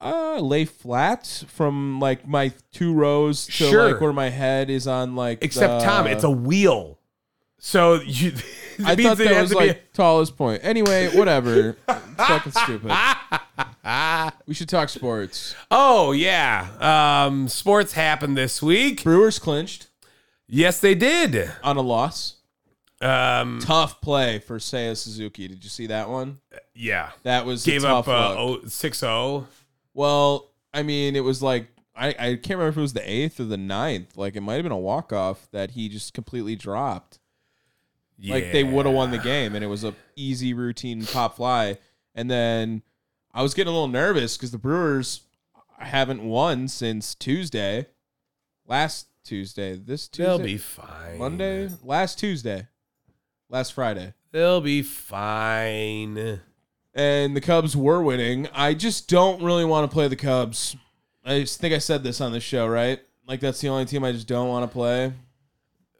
S1: Uh, lay flat from like my two rows to
S4: Sure.
S1: like where my head is on like.
S4: Except
S1: the-
S4: Tom, it's a wheel. So you, it
S1: Uh, I
S4: means
S1: thought
S4: it
S1: that
S4: has
S1: was
S4: to be-
S1: like tallest point. Anyway, whatever. It's fucking stupid. We should talk sports.
S4: oh yeah. Um, sports happened this week.
S1: Brewers clinched
S4: Yes, they did.
S1: on a loss.
S4: Um,
S1: Tough play for Seiya Suzuki. Did you see that one?
S4: yeah.
S1: That was a
S4: Gave up
S1: tough
S4: uh,
S1: look.
S4: oh, 6-0.
S1: Well, I mean, it was like I, I can't remember if it was the eighth or the ninth. Like it might have been a walk off that he just completely dropped. Like they would have won the
S4: Yeah.
S1: game, and it was a easy routine pop fly. And then I was getting a little nervous because the Brewers haven't won since Tuesday, last Tuesday, this Tuesday,
S4: They'll be fine.
S1: Monday, last Tuesday, last Friday.
S4: They'll be fine.
S1: and the Cubs were winning. I just don't really want to play the Cubs. I just think I said this on the show, right? Like that's the only team I just don't want to play.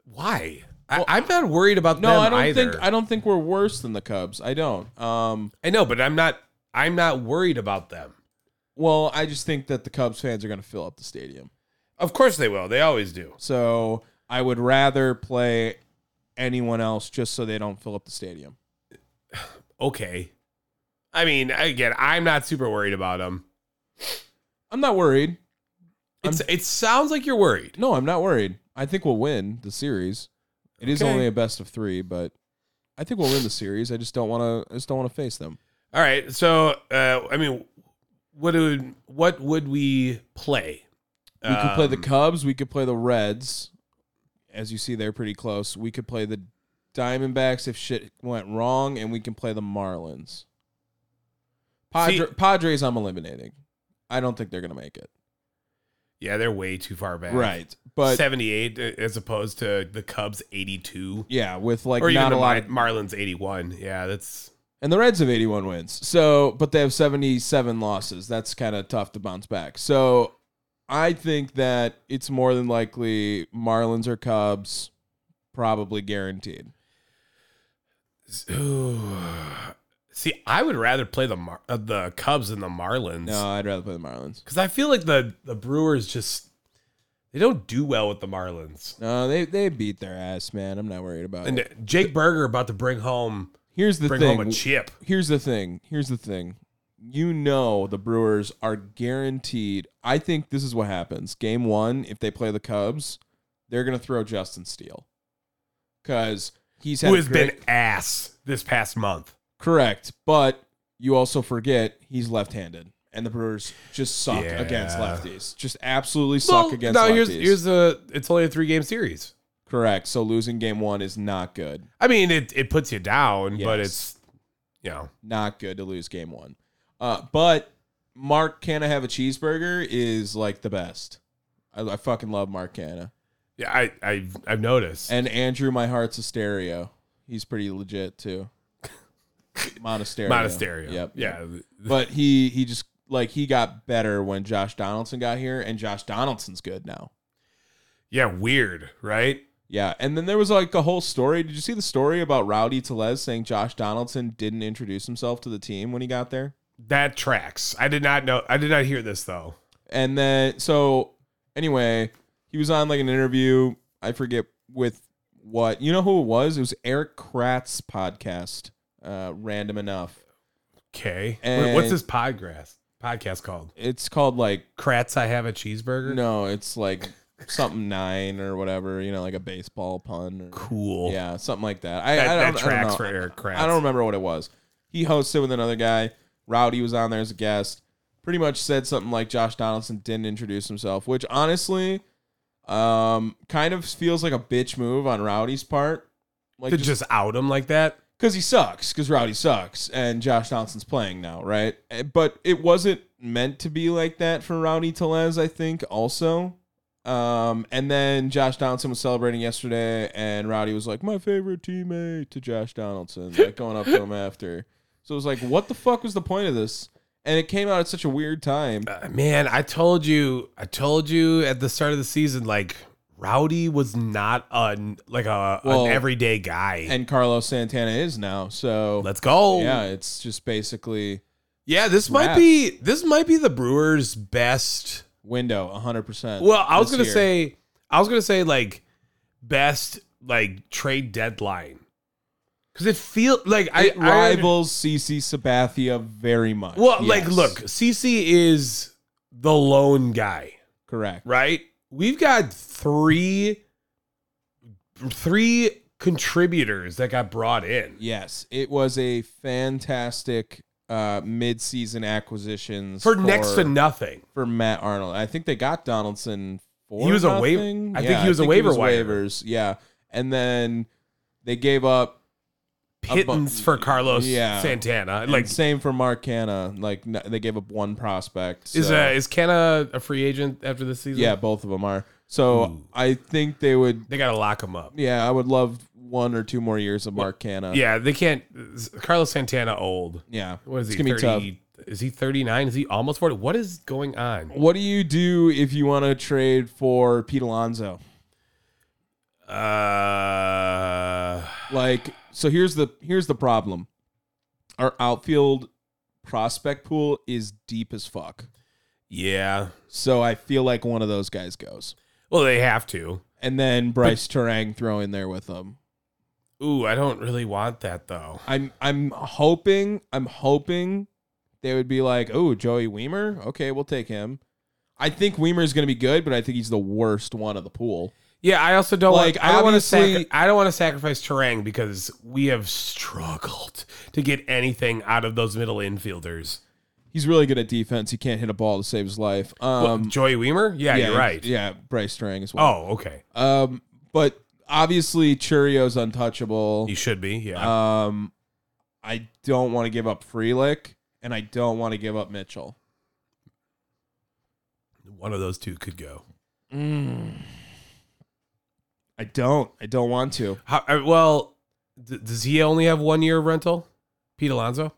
S4: Why? I, I'm not worried about
S1: No,
S4: them
S1: I don't
S4: either.
S1: think I don't think we're worse than the Cubs. I don't. Um,
S4: I know, but I'm not. I'm not worried about them.
S1: well, I just think that the Cubs fans are going to fill up the stadium.
S4: Of course they will. They always do.
S1: So I would rather play anyone else just so they don't fill up the stadium.
S4: Okay. I mean, again, I'm not super worried about them.
S1: I'm not worried.
S4: It's, it sounds like you're worried.
S1: No, I'm not worried. I think we'll win the series. It is
S4: Okay.
S1: only a best of three, but I think we'll win the series. I just don't want to. I just don't want to face them.
S4: All right. So, uh, I mean, what would what would we play?
S1: We could play the
S4: Um,
S1: Cubs. We could play the Reds. As you see, they're pretty close. We could play the Diamondbacks if shit went wrong, and we can play the Marlins. Padre,
S4: See-
S1: Padres, I'm eliminating. I don't think they're gonna make it.
S4: Yeah, they're way too far back.
S1: but
S4: 78 as opposed to the Cubs 82
S1: yeah, with like
S4: or even
S1: not
S4: the
S1: a lot,
S4: Mar-
S1: of,
S4: Marlins 81. Yeah, that's
S1: and the Reds have 81 wins. So, but they have 77 losses. That's kind of tough to bounce back. So, I think that it's more than likely Marlins or Cubs, probably guaranteed.
S4: See, I would rather play the Mar- uh, the Cubs than the Marlins.
S1: No, I'd rather play the Marlins.
S4: Because I feel like the the Brewers just they don't do well with the Marlins.
S1: No, they they beat their ass, man. I'm not worried about it.
S4: And uh, Jake Berger about to bring home
S1: Here's the
S4: bring
S1: thing.
S4: home a chip.
S1: Here's the thing. Here's the thing. You know the Brewers are guaranteed. I think this is what happens. Game one, if they play the Cubs, they're gonna throw Justin Steele because he's had
S4: Who
S1: a
S4: has
S1: great-
S4: been ass this past month.
S1: correct, but you also forget he's left-handed, and the Brewers just suck
S4: Yeah.
S1: against lefties. Just absolutely suck against lefties.
S4: here's here's the it's only a three game series.
S1: correct. So losing game one is not good.
S4: I mean it it puts you down, but
S1: Yes.
S4: it's you know
S1: not good to lose game one. Uh, but Mark Canna have a cheeseburger is like the best. I, I fucking love Mark Canna
S4: yeah I I've, I've noticed.
S1: and Andrew. My heart's a stereo. He's pretty legit too. Monasterio.
S4: Monasterio.
S1: Yep.
S4: Yeah.
S1: But he he just like he got better when Josh Donaldson got here, and Josh Donaldson's good now.
S4: Yeah. Weird, right?
S1: Yeah, and then there was like a whole story. Did you see the story about Rowdy Telez saying Josh Donaldson didn't introduce himself to the team when he got there?
S4: That tracks. I did not know. I did not hear this though.
S1: And then so anyway, he was on like an interview, I forget with what. You know who it was? It was Eric Kratz podcast. Uh random enough.
S4: Okay.
S1: And-
S4: What's this podcast podcast called?
S1: It's called like
S4: Kratz, I have a cheeseburger.
S1: no, it's like something 9 or whatever, you know, like a baseball pun or
S4: Cool.
S1: yeah, something like that. I,
S4: That,
S1: I
S4: that
S1: don't, I don't
S4: tracks
S1: know.
S4: for Eric Kratz.
S1: I don't remember what it was. He hosted with another guy. Rowdy was on there as a guest. Pretty much said something like Josh Donaldson didn't introduce himself, which honestly, um, kind of feels like a bitch move on Rowdy's part. Like
S4: to just, out him like that.
S1: because he sucks, because Rowdy sucks, and Josh Donaldson's playing now, right? Eh, But it wasn't meant to be like that for Rowdy Telez, I think, also. Um, and then Josh Donaldson was celebrating yesterday, and Rowdy was like, "My favorite teammate" to Josh Donaldson, like going up to him after. So it was like, what the fuck was the point of this? And it came out at such a weird time.
S4: Uh, man, I told you, I told you at the start of the season, like Rowdy was not a like a
S1: Well,
S4: an everyday guy.
S1: And Carlos Santana is now. So
S4: Let's go.
S1: yeah, it's just basically
S4: Yeah, this might
S1: Rats.
S4: be this might be the Brewers' best.
S1: window 100%.
S4: Well, I was
S1: uh, this
S4: gonna
S1: year.
S4: say, I was gonna say like best like trade deadline because it feel like I
S1: it
S4: I-
S1: rivals CC Sabathia very much.
S4: well, like
S1: Yes.
S4: look, CC is the lone guy,
S1: correct.
S4: right? We've got three three contributors that got brought in.
S1: Yes, it was a fantastic uh mid-season acquisitions
S4: For next to nothing,
S1: for Matt Arnold. I think they got Donaldson for
S4: He was a wa-
S1: nothing.
S4: I think he was a waiver wire.
S1: waivers. Yeah, and then they gave up A bu-
S4: pittance for Carlos
S1: Yeah.
S4: Santana.
S1: and
S4: Like
S1: same for Mark Canna. Like n- they gave up one prospect.
S4: Is
S1: so-
S4: uh, is Kenna a free agent after this season?
S1: yeah, both of them are. So
S4: Ooh.
S1: I think they would.
S4: they gotta lock him up.
S1: Yeah, I would love one or two more years of Mark Canna.
S4: Yeah, they can't. Carlos Santana old.
S1: yeah.
S4: What is
S1: It's
S4: he?
S1: gonna be tough.
S4: 30, Is he thirty nine? Is he almost forty? What is going on?
S1: What do you do if you want to trade for Pete Alonso?
S4: Uh,
S1: Like, so here's the here's the problem. Our outfield prospect pool is deep as fuck.
S4: yeah.
S1: So I feel like one of those guys goes.
S4: Well, they have to.
S1: And then Bryce Terang throw in there with them.
S4: Ooh, I don't really want that though.
S1: I'm I'm hoping I'm hoping they would be like, oh, Joey Weimer, okay, we'll take him. I think Weimer is going to be good, but I think he's the worst one of the pool.
S4: Yeah, I also don't
S1: Like,
S4: like. I don't want to
S1: obviously-
S4: sac- I don't want to sacrifice Terang because we have struggled to get anything out of those middle infielders.
S1: He's really good at defense. He can't hit a ball to save his life.
S4: Well,
S1: Um,
S4: Joey Weimer. Yeah, you're right.
S1: Yeah, Bryce Terang as well.
S4: Oh, okay.
S1: Um, but obviously Churio's untouchable.
S4: He should be. Yeah.
S1: Um, I don't want to give up Freelick, and I don't want to give up Mitchell.
S4: one of those two could go. Mm.
S1: I don't. I don't want to.
S4: How, uh, well, d- does he only have one year of rental, Pete Alonso?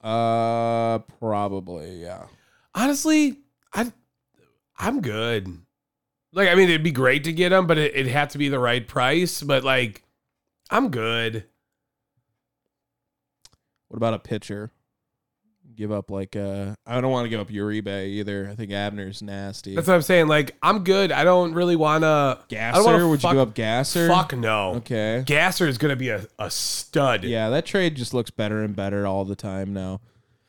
S1: Uh, probably yeah.
S4: Honestly, I I'm good. Like, I mean, it'd be great to get him, but it, it'd have to be the right price. But like, I'm good.
S1: What about a pitcher? Give up like uh, I don't want to give up Uribe either. I think Abner's nasty.
S4: That's what I'm saying. Like, I'm good. I don't really wanna. I don't
S1: Gasser?
S4: wanna
S1: Would you
S4: fuck-
S1: give up Gasser?
S4: Fuck no.
S1: Okay.
S4: Gasser is gonna be a, a stud.
S1: Yeah, that trade just looks better and better all the time now.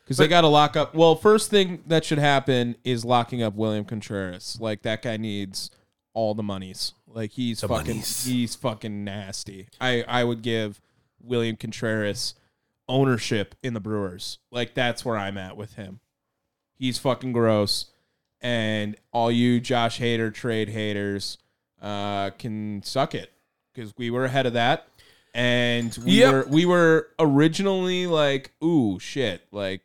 S1: Because they
S4: But-
S1: got to lock up. Well, first thing that should happen is locking up William Contreras. Like that guy needs all the monies. Like he's
S4: The
S1: fucking
S4: monies.
S1: he's fucking nasty. I I would give William Contreras ownership in the Brewers. Like that's where I'm at with him. He's fucking gross. And all you Josh Hader trade haters uh, can suck it because we were ahead of that, and we
S4: Yep.
S1: were we were originally like, ooh shit, like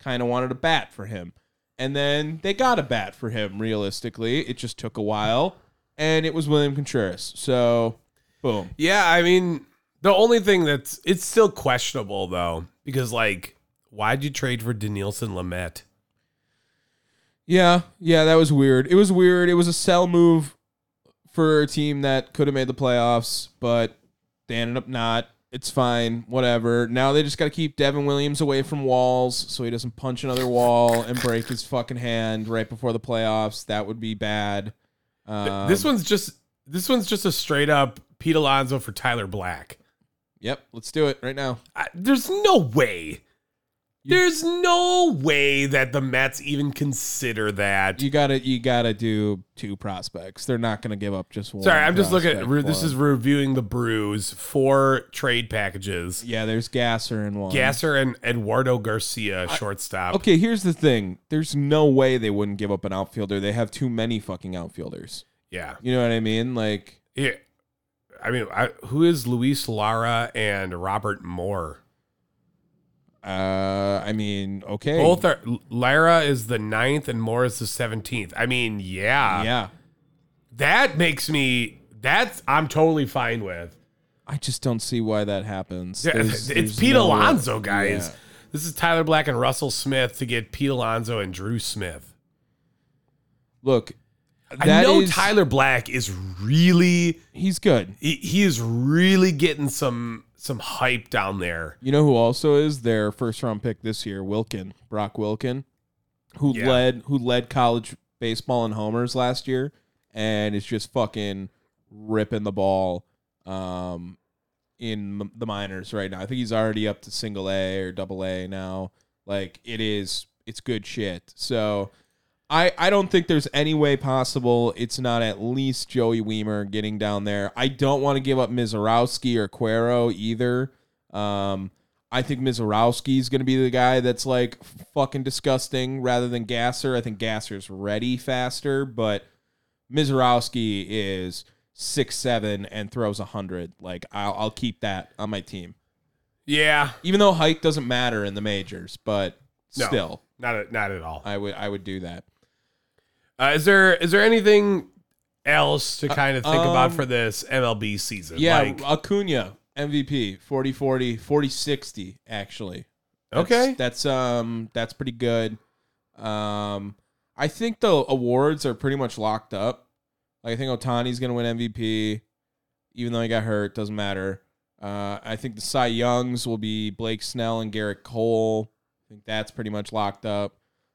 S1: kind of wanted a bat for him, and then they got a bat for him. Realistically, it just took a while, and it was William Contreras. So, boom.
S4: Yeah, I mean, the only thing that's it's still questionable though, because like, why'd you trade for Danielson Lamette?
S1: Yeah, yeah, that was weird. It was weird. It was a sell move for a team that could have made the playoffs, but they ended up not. It's fine, whatever. Now they just got to keep Devin Williams away from walls so he doesn't punch another wall and break his fucking hand right before the playoffs. That would be bad. Um,
S4: this one's just this one's just a straight up Pete Alonso for Tyler Black.
S1: Yep, let's do it right now.
S4: I, there's no way.
S1: You-
S4: There's no way that the Mets even consider that.
S1: You gotta, you gotta do two prospects. They're not gonna give up just one.
S4: Sorry, I'm just looking at
S1: prospect
S4: this
S1: for
S4: is
S1: him.
S4: reviewing the brews for trade packages.
S1: yeah. There's Gasser in one.
S4: Gasser and Eduardo Garcia shortstop.
S1: Okay, here's the thing. There's no way they wouldn't give up an outfielder. They have too many fucking outfielders.
S4: Yeah.
S1: You know what I mean? Like,
S4: Yeah. I mean, I, who is Luis Lara and Robert Moore?
S1: uh, I mean, okay.
S4: Both are Lara is the ninth and Moore is the seventeenth. I mean, yeah,
S1: yeah.
S4: that makes me. That's I'm totally fine with.
S1: I just don't see why that happens.
S4: Yeah,
S1: There's-
S4: it's
S1: there's
S4: Pete
S1: no-
S4: Alonso, guys.
S1: Yeah.
S4: This is Tyler Black and Russell Smith to get Pete Alonso and Drew Smith.
S1: Look,
S4: I
S1: that
S4: know
S1: is-
S4: Tyler Black is really
S1: he's good.
S4: he, he is really getting some some hype down there.
S1: You know who also is their first round pick this year? Wilkin, Brock Wilkin, who
S4: Yeah.
S1: led who led college baseball in homers last year, and is just fucking ripping the ball um, in m- the minors right now. I think he's already up to single A or double A now. Like it is, it's good shit. So. I, I don't think there's any way possible it's not at least Joey Weimer getting down there. I don't want to give up Mizorowski or Cuero either. Um, I think Mizorowski is going to be the guy that's like fucking disgusting rather than Gasser. I think Gasser's ready faster, but Mizorowski is six seven and throws a hundred. Like I'll, I'll keep that on my team,
S4: Yeah,
S1: even though height doesn't matter in the majors, but
S4: No.
S1: still,
S4: not at not at all.
S1: I would I would do that.
S4: Uh, is there is there anything else to kind of think
S1: um,
S4: about for this MLB season?
S1: Yeah, uh,
S4: Like,
S1: Acuna MVP 40 40 40 60 actually. That's-
S4: okay.
S1: That's um that's pretty good. Um I think the awards are pretty much locked up. Like I think Otani's gonna win MVP, even though he got hurt, doesn't matter. Uh I think the Cy Youngs will be Blake Snell and Garrett Cole. I think that's pretty much locked up.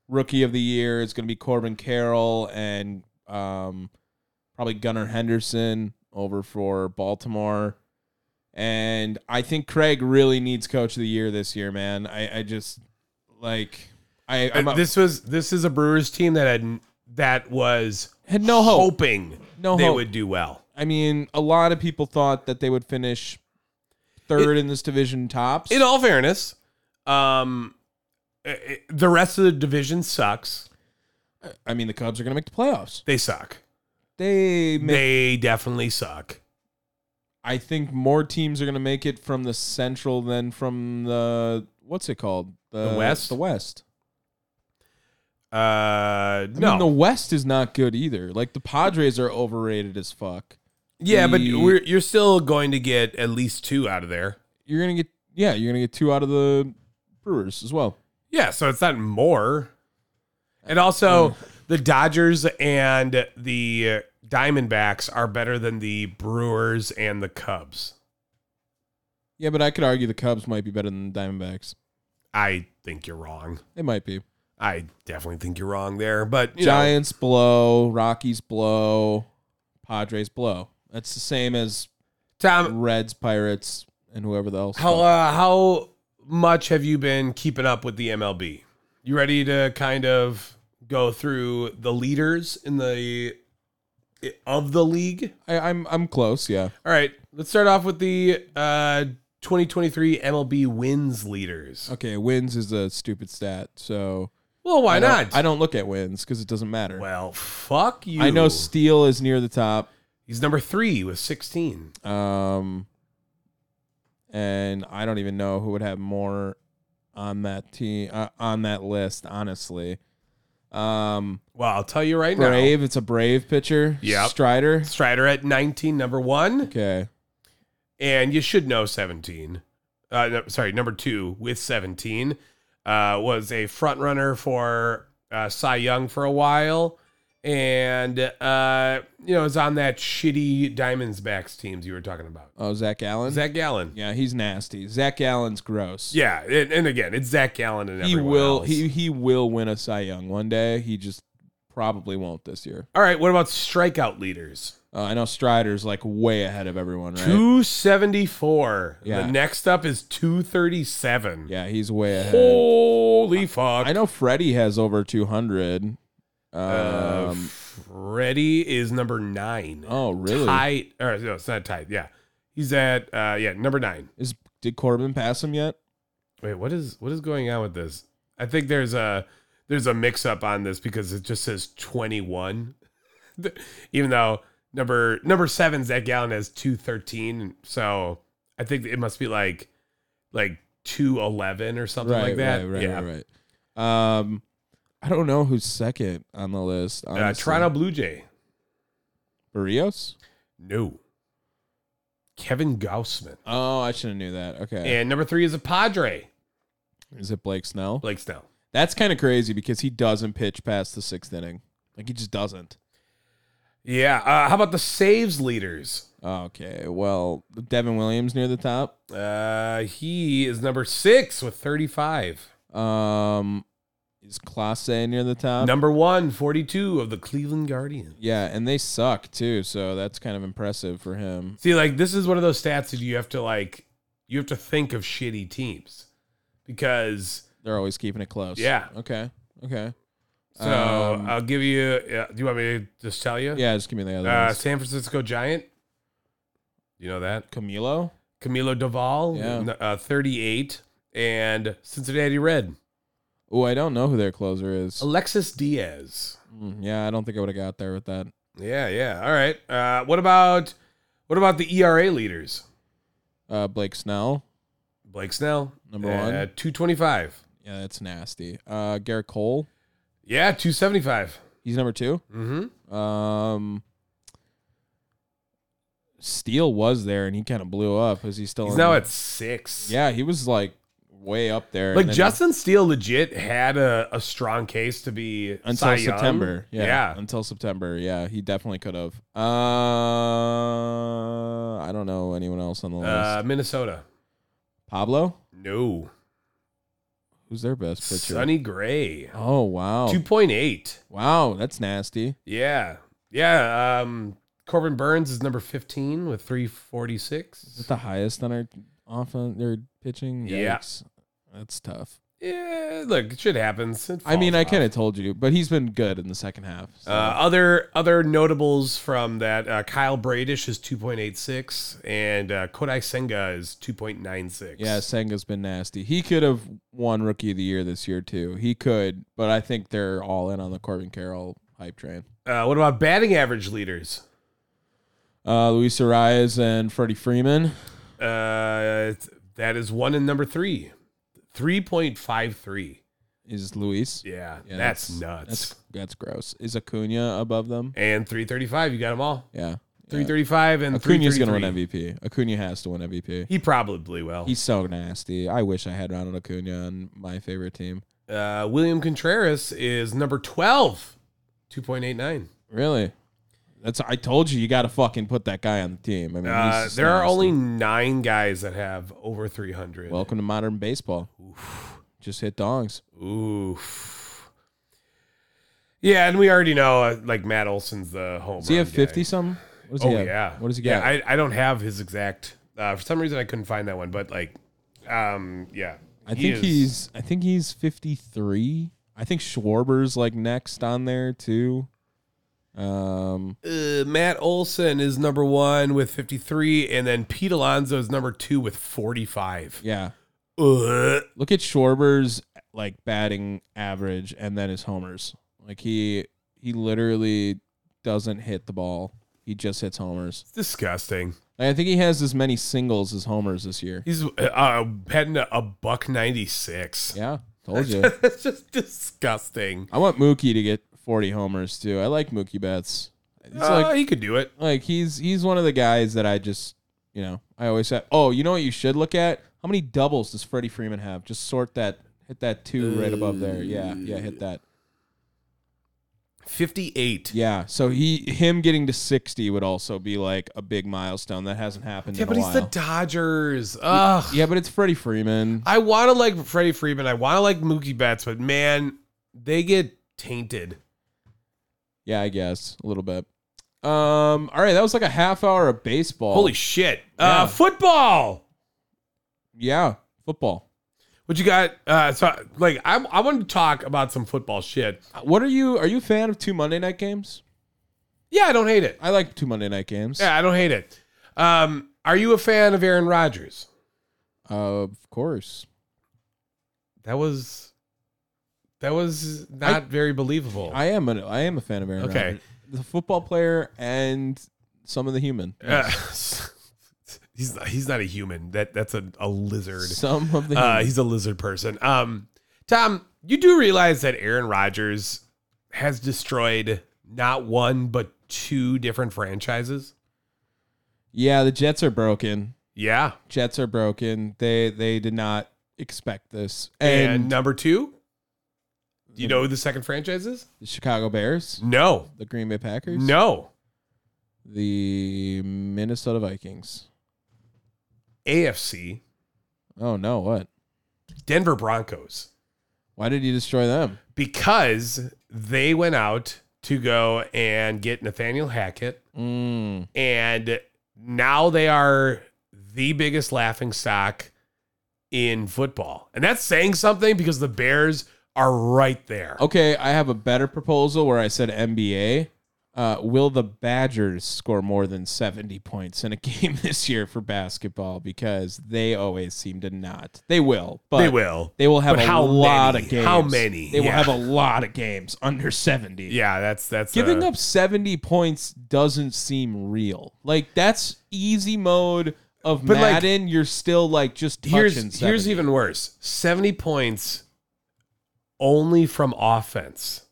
S1: Rookie of the year is gonna be Corbin Carroll and um probably Gunnar Henderson over for Baltimore. And I think Craig really needs coach of the year this year, man. I, I just like I I'm
S4: Uh,
S1: a-
S4: this was this is a Brewers team that had that was
S1: had no hope.
S4: hoping
S1: No
S4: they
S1: hope.
S4: would do well.
S1: I mean, a lot of people thought that they would finish third in this division tops.
S4: In all fairness, um, i- i- the rest of the division sucks.
S1: I mean, the Cubs are going to make the playoffs.
S4: They suck.
S1: They make,
S4: They definitely suck.
S1: I think more teams are going to make it from the Central than from the what's it called?
S4: The West?
S1: The West.
S4: Uh,
S1: I
S4: no.
S1: mean, the West is not good either. Like the Padres are overrated as fuck.
S4: yeah, but
S1: the-
S4: we're, you're still going to get at least two out of there.
S1: You're gonna get yeah, you're gonna get two out of the Brewers as well.
S4: Yeah, so it's not more. And
S1: Mm.
S4: also, the Dodgers and the Diamondbacks are better than the Brewers and the Cubs.
S1: Yeah, but I could argue the Cubs might be better than the Diamondbacks.
S4: I think you're wrong.
S1: They might be.
S4: I definitely think you're wrong there, but you know,
S1: Giants blow, Rockies blow, Padres blow. That's the same as
S4: Tom,
S1: Reds, Pirates, and whoever else.
S4: how uh, how much have you been keeping up with the MLB? You ready to kind of go through the leaders in the of the league?
S1: I, I'm I'm close, yeah.
S4: All right, let's start off with the uh, 2023 MLB wins leaders.
S1: Okay, wins is a stupid stat, so
S4: Well, why
S1: I don't-
S4: not?
S1: I don't look at wins because it doesn't matter.
S4: Well, fuck you.
S1: I know Steele is near the top.
S4: he's number three with 16.
S1: Um, and I don't even know who would have more on that team uh, on that list, honestly. Um,
S4: Well, I'll tell you right
S1: brave. It's a brave pitcher.
S4: Yep.
S1: Strider.
S4: now. Strider at 19, number one,
S1: Okay.
S4: and you should know 17. Uh, no, sorry, number two with 17 uh, was a front runner for uh, Cy Young for a while, and uh, you know is on that shitty Diamonds backs teams you were talking about.
S1: Oh, Zach Allen.
S4: Zach Gallen.
S1: Yeah, he's nasty. Zach Allen's gross.
S4: Yeah, and, and again, it's Zach Gallen and
S1: He
S4: everyone
S1: will.
S4: else.
S1: He he will win a Cy Young one day. He just probably won't this year.
S4: All right, what about strikeout leaders?
S1: Uh, I know Strider's like way ahead of everyone, right?
S4: 274.
S1: Yeah.
S4: The next up is 237.
S1: Yeah, he's way ahead.
S4: Holy fuck.
S1: I know Freddie has over 200. Um,
S4: Uh, Freddie is number nine.
S1: oh, really?
S4: Tight. Or, no, it's not tight. Yeah. He's at, uh, yeah, number nine.
S1: Is did Corbin pass him yet?
S4: Wait, what is what is going on with this? I think there's a there's a mix up on this because it just says 21. Even though number number 7 Zach Gallen has 213, so I think it must be like like 211 or something like that.
S1: Right, right,
S4: yeah.
S1: right, right. Um, I don't know who's second on the list.
S4: Uh,
S1: honestly.
S4: Toronto Blue Jay.
S1: Barrios.
S4: No. Kevin Gaussman.
S1: Oh, I should have knew that. Okay.
S4: And number three is a Padre,
S1: Is it Blake Snell?
S4: Blake Snell.
S1: That's kind of crazy because he doesn't pitch past the sixth inning. Like he just doesn't.
S4: Yeah. Uh, how about the saves leaders?
S1: Okay. Well, Devin Williams near the top.
S4: Uh, he is number six with 35.
S1: Um, is Class A near the top?
S4: Number one, 42 of the Cleveland Guardian.
S1: Yeah, and they suck too. So that's kind of impressive for him.
S4: See, like this is one of those stats that you have to like, you have to think of shitty teams because.
S1: They're always keeping it close.
S4: Yeah.
S1: Okay. Okay.
S4: So
S1: Um,
S4: I'll give you. Uh, do you want me to just tell you?
S1: Yeah. Just give me the other.
S4: Uh,
S1: ones.
S4: San Francisco Giant. You know that
S1: Camilo.
S4: Camilo Duvall,
S1: Yeah.
S4: n- uh, 38, and Cincinnati Red
S1: Oh, I don't know who their closer is.
S4: Alexis Diaz.
S1: Mm, yeah, I don't think I would have got there with that.
S4: Yeah, yeah. All right. Uh, what about what about the ERA leaders?
S1: Uh, Blake Snell.
S4: Blake Snell,
S1: Number
S4: uh,
S1: one.
S4: 225.
S1: Yeah, that's nasty. Uh, Garrett Cole.
S4: Yeah, 275.
S1: He's number two.
S4: Mm-hmm.
S1: Um, Steele was there and he kind of blew up. Is he still?
S4: He's
S1: in-
S4: now at six.
S1: Yeah, he was like way up there. and
S4: Like
S1: then-
S4: Justin Steele legit had a, a strong case to be
S1: until
S4: Cy Young.
S1: September. Yeah,
S4: yeah.
S1: until September. Yeah, he definitely could have. Uh, I don't know anyone else on the list.
S4: Uh, Minnesota.
S1: Pablo,
S4: No.
S1: who's their best pitcher?
S4: Sunny Gray.
S1: Oh wow,
S4: 2.8.
S1: wow, that's nasty.
S4: Yeah. Yeah. Um, Corbin Burns is number 15 with 346.
S1: Is it the highest on our offense? Their pitching.
S4: Yeah.
S1: Yikes. that's tough.
S4: yeah. Look, shit happens. It
S1: I mean,
S4: falls
S1: I
S4: off.
S1: kind of told you, but he's been good in the second half. so.
S4: Uh, other other notables from that uh, Kyle Bradish is 2.86 and uh, Kodai Senga is 2.96.
S1: Yeah, Senga's been nasty. He could have won Rookie of the Year this year too. He could, but I think they're all in on the Corbin Carroll hype train.
S4: Uh, what about batting average leaders?
S1: Uh, Luis Arias and Freddie Freeman.
S4: Uh, that is one and number three, three point five three.
S1: is Luis.
S4: Yeah,
S1: Yeah,
S4: that's, nuts.
S1: That's that's gross. Is Acuna above them?
S4: and three thirty five. You got them all.
S1: Yeah.
S4: Three thirty five and three
S1: Acuna's
S4: thirty
S1: gonna
S4: three.
S1: win MVP. Acuna has to win MVP.
S4: He probably will.
S1: He's so nasty. I wish I had Ronald Acuna on my favorite team.
S4: Uh, William Contreras is number twelve, two point eight nine.
S1: Really? That's I told you you gotta fucking put that guy on the team. I mean he's
S4: Uh,
S1: just
S4: there are
S1: nasty.
S4: only nine guys that have over three hundred.
S1: Welcome to modern baseball. Just hit dongs.
S4: Oof. Yeah, and we already know uh, like Matt Olson's the home.
S1: Does he
S4: run
S1: have fifty
S4: guy.
S1: something? What does
S4: Oh
S1: he
S4: yeah.
S1: have? What does he
S4: yeah,
S1: got?
S4: I, I don't have his exact. Uh, for some reason, I couldn't find that one, but like, um, yeah.
S1: I
S4: he
S1: think
S4: is-
S1: he's I think he's 53. I think Schwarber's like next on there too. Um
S4: Uh, Matt Olson is number one with fifty three, and then Pete Alonso is number two with forty five.
S1: yeah. Look at Schwarber's like batting average and then his homers. Like he he literally doesn't hit the ball. He just hits homers.
S4: It's disgusting.
S1: Like, I think he has as many singles as homers this year.
S4: He's uh, heading to a buck ninety six.
S1: Yeah, told you.
S4: That's just disgusting.
S1: I want Mookie to get 40 homers too. I like Mookie Betts. It's
S4: Uh,
S1: like
S4: he could do it.
S1: like he's he's one of the guys that I just you know I always say oh you know what you should look at how many doubles does Freddie Freeman have just sort that hit that two right above there yeah yeah hit that
S4: Fifty eight.
S1: yeah so he him getting to sixty would also be like a big milestone that hasn't happened
S4: Yeah,
S1: in
S4: but
S1: a
S4: he's
S1: while
S4: the Dodgers. Ugh.
S1: yeah but it's Freddie Freeman
S4: I want to like Freddie Freeman. I want to like Mookie Betts, but man, they get tainted.
S1: yeah I guess a little bit um all right that was like a half hour of baseball
S4: Holy shit!
S1: Yeah.
S4: Uh, football.
S1: yeah football
S4: What you got? Uh, so like, I I wanted to talk about some football shit.
S1: what are you are you a fan of two Monday night games
S4: Yeah, I don't hate it.
S1: I like two Monday night games
S4: Yeah, I don't hate it. Um, are you a fan of Aaron Rodgers?
S1: of course.
S4: That was that was not very believable.
S1: I am an I am a fan of Aaron
S4: Okay.
S1: Rodgers. The football player and some of the human.
S4: Uh, he's not, he's not a human. That that's a, a lizard.
S1: Some of the
S4: Uh,
S1: human.
S4: he's a lizard person. Um, Tom, you do realize that Aaron Rodgers has destroyed not one but two different franchises.
S1: Yeah, the Jets are broken.
S4: Yeah.
S1: Jets are broken. They they did not expect this.
S4: And,
S1: And,
S4: number two, you know who the second franchise is?
S1: the Chicago Bears,
S4: No.
S1: the Green Bay Packers,
S4: No.
S1: the Minnesota Vikings.
S4: AFC,
S1: Oh no, what?
S4: Denver Broncos.
S1: Why did you destroy them?
S4: Because they went out to go and get Nathaniel Hackett
S1: Mm.
S4: and now they are the biggest laughing stock in football. And that's saying something because the Bears are right there.
S1: Okay, I have a better proposal where I said NBA. Uh, will the Badgers score more than 70 points in a game this year for basketball? Because they always seem to not. They will, but
S4: they will.
S1: They will have
S4: But
S1: a
S4: how
S1: lot
S4: many?
S1: of games.
S4: How many?
S1: They will
S4: Yeah.
S1: have a lot of games under 70.
S4: Yeah, that's that's
S1: Giving
S4: uh,
S1: up 70 points doesn't seem real. Like that's easy mode of
S4: But, like,
S1: Madden. You're still like just
S4: Here's
S1: touching
S4: here's
S1: 70.
S4: even worse. 70 points only from offense.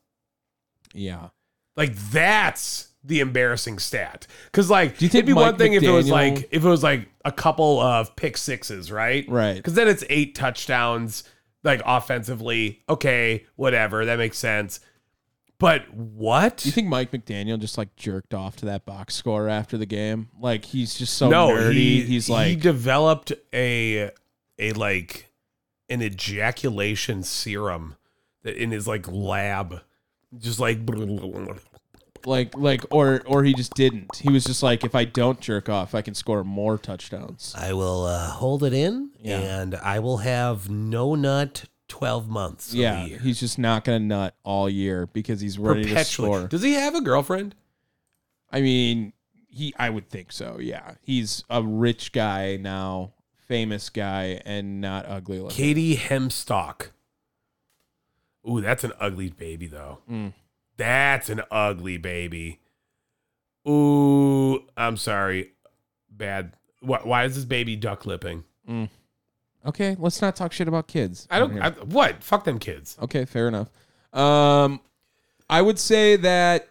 S1: yeah.
S4: Like that's the embarrassing stat. Cuz like
S1: Do you think
S4: it'd be one
S1: Mike
S4: thing if it was
S1: McDaniel-
S4: like if it was like a couple of pick sixes, right?
S1: Right.
S4: Because then it's eight touchdowns, like offensively. Okay, whatever. That makes sense. But what?
S1: Do you think Mike McDaniel just like jerked off to that box score after the game? Like he's just so
S4: no,
S1: nerdy.
S4: he,
S1: he's
S4: he
S1: like
S4: developed a a like an ejaculation serum that in his like lab, just like
S1: like like or or he just didn't. He was just like if I don't jerk off, I can score more touchdowns.
S4: I will uh, hold it in,
S1: Yeah.
S4: and I will have no nut twelve months.
S1: yeah, he's just not going to nut all year because he's ready to score.
S4: Does he have a girlfriend?
S1: I mean, he I would think so. Yeah. He's a rich guy now, famous guy and not ugly looking.
S4: Katie Hemstock. Ooh, that's an ugly baby though.
S1: Mm.
S4: That's an ugly baby. Ooh, I'm sorry. Bad. Why, why is this baby duck lipping?
S1: Okay, let's not talk shit about kids.
S4: I
S1: on
S4: don't.
S1: here.
S4: I, what? Fuck them kids.
S1: Okay, fair enough. Um, I would say that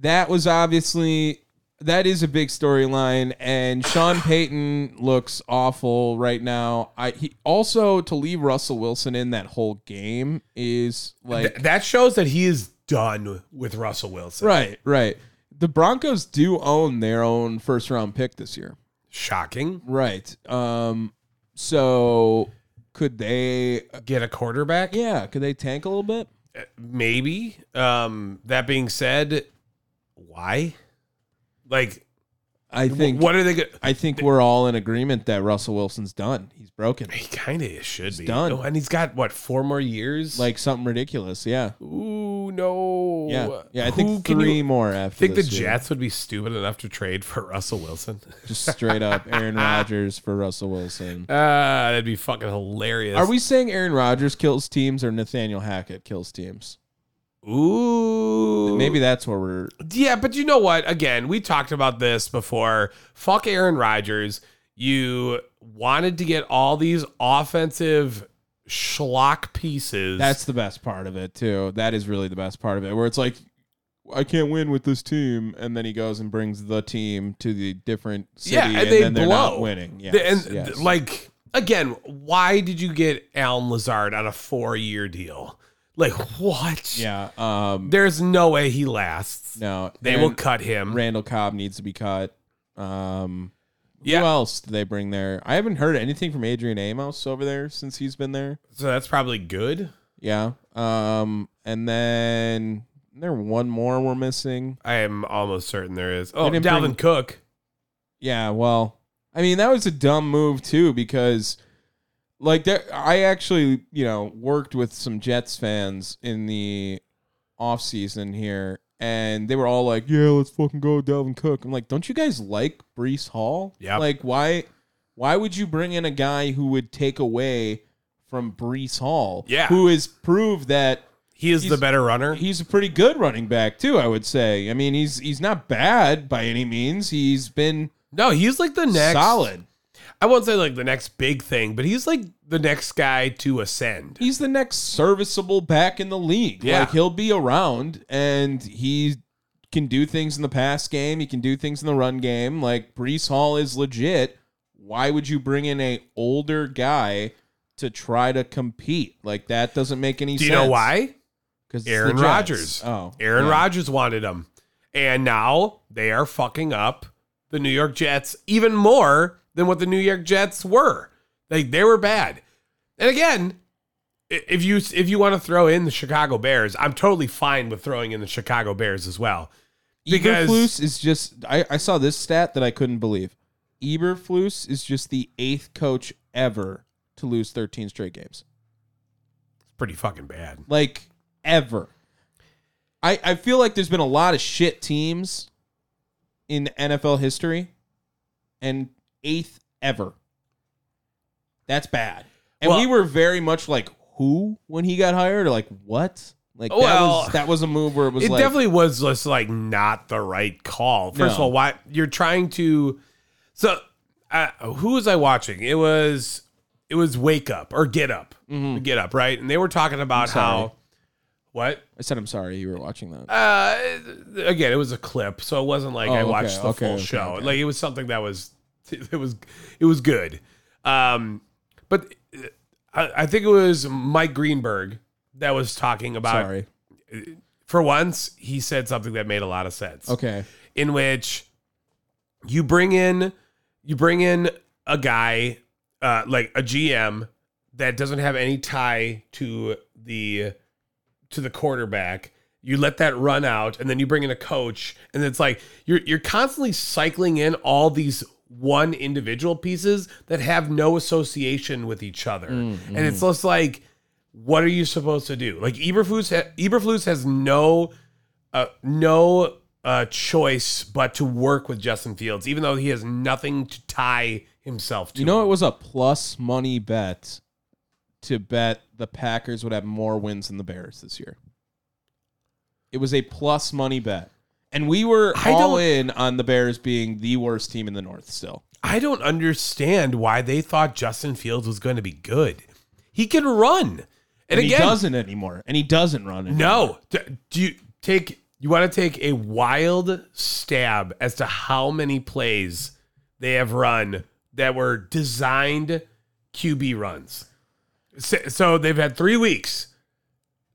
S1: that was obviously that is a big storyline, and Sean Payton looks awful right now. I he also to leave Russell Wilson in that whole game is like
S4: Th- that shows that he is done with Russell Wilson.
S1: right, right. The Broncos do own their own first round pick this year,
S4: Shocking.
S1: right? Um, so could they?
S4: Get a quarterback. Uh,
S1: Yeah, could they tank a little bit?
S4: Maybe. Um. That being said, why? Like,
S1: I think
S4: what are they going? to
S1: I think we're all in agreement that Russell Wilson's done. He's broken.
S4: He kind of should be
S1: done.
S4: Oh, and he's got what four more years?
S1: Like something ridiculous. Yeah.
S4: ooh, no.
S1: Yeah. Yeah. I
S4: Who
S1: think
S4: can
S1: three
S4: you-
S1: more after
S4: think the
S1: this year.
S4: Jets would be stupid enough to trade for Russell Wilson?
S1: Just straight up Aaron Rodgers for Russell Wilson.
S4: Ah, that'd be fucking hilarious.
S1: Are we saying Aaron Rodgers kills teams or Nathaniel Hackett kills teams?
S4: Ooh,
S1: Maybe that's where we're.
S4: Yeah, but you know what? Again, we talked about this before. Fuck Aaron Rodgers. You wanted to get all these offensive schlock pieces.
S1: That's the best part of it, too. That is really the best part of it, where it's like, I can't win with this team. And then he goes and brings the team to the different city.
S4: Yeah, and they
S1: then they're
S4: blow.
S1: not winning. Yes,
S4: The- and
S1: yes.
S4: th- like again, why did you get Alan Lazard on a four-year deal? Like what?
S1: yeah. Um,
S4: There's no way he lasts.
S1: no.
S4: They
S1: Aaron-
S4: will cut him.
S1: Randall Cobb needs to be cut. Um,
S4: Yeah.
S1: Who else do they bring there? I haven't heard anything from Adrian Amos over there since he's been there.
S4: So that's probably good.
S1: Yeah. Um, and then there one more we're missing.
S4: I am almost certain there is. Oh,
S1: didn't
S4: Dalvin
S1: bring-
S4: Cook.
S1: Yeah. Well, I mean that was a dumb move too because. Like there, I actually, you know, worked with some Jets fans in the off season here, and they were all like, "Yeah, let's fucking go, Delvin Cook." I'm like, "Don't you guys like Brees Hall?
S4: Yep.
S1: Like, why, why would you bring in a guy who would take away from Brees Hall?
S4: Yeah.
S1: who has proved that
S4: He is the
S1: He's-
S4: better runner.
S1: he's a pretty good running back too. I would say. I mean, he's he's not bad by any means. He's been
S4: no, he's like the next
S1: solid.
S4: I won't say like the next big thing, but he's like the next guy to ascend.
S1: He's the next serviceable back in the league.
S4: Yeah.
S1: Like he'll be around, and he can do things in the pass game. He can do things in the run game. Like Brees Hall is legit. Why would you bring in a older guy to try to compete? Like that doesn't make any
S4: Do you
S1: sense.
S4: know why?
S1: Because
S4: Aaron Rodgers.
S1: Oh,
S4: Aaron
S1: yeah.
S4: Rodgers wanted him. And now they are fucking up the New York Jets even more than what the New York Jets were. Like they were bad. And again, i- if you if you want to throw in the Chicago Bears, I'm totally fine with throwing in the Chicago Bears as well. Because-
S1: Eberflus is just. I, I saw this stat that I couldn't believe. Eberflus is just the eighth coach ever to lose 13 straight games.
S4: It's pretty fucking bad.
S1: Like ever. I I feel like there's been a lot of shit teams in NFL history, and eighth ever. That's bad. And
S4: Well-
S1: we were very much like who when he got hired, or like what? Like that
S4: Well,
S1: was that was a move where it was
S4: It
S1: like
S4: definitely was just like not the right call. First of
S1: No.
S4: all, why you're trying to? So, uh, who was I watching? It was it was Wake Up or Get Up,
S1: Mhm.
S4: Get Up, right? And they were talking about
S1: sorry.
S4: how what?
S1: I said I'm sorry you were watching that.
S4: Uh, again, it was a clip, so it wasn't like
S1: Oh,
S4: I
S1: okay,
S4: watched the
S1: okay,
S4: full
S1: okay,
S4: show.
S1: okay.
S4: Like it was something that was it was it was good. Um, but uh, I, I think it was Mike Greenberg that was talking about
S1: Sorry.
S4: for once, he said something that made a lot of sense.
S1: Okay.
S4: In which you bring in you bring in a guy uh, like a GM that doesn't have any tie to the to the quarterback. You let that run out, and then you bring in a coach, and it's like you're you're constantly cycling in all these one individual pieces that have no association with each other, and it's just like, what are you supposed to do? Like Eberflus, ha- Eberflus has no uh, no uh, choice but to work with Justin Fields, even though he has nothing to tie himself to.
S1: You know, it was a plus money bet to bet the Packers would have more wins than the Bears this year. It was a plus money bet. And we were
S4: I
S1: all
S4: don't-
S1: in on the Bears being the worst team in the North still.
S4: I don't understand why they thought Justin Fields was going to be good. He can run, and,
S1: And, he
S4: again,
S1: doesn't anymore. And he doesn't run anymore.
S4: no. D- Do you take? You want to take a wild stab as to how many plays they have run that were designed QB runs? So, so they've had three weeks.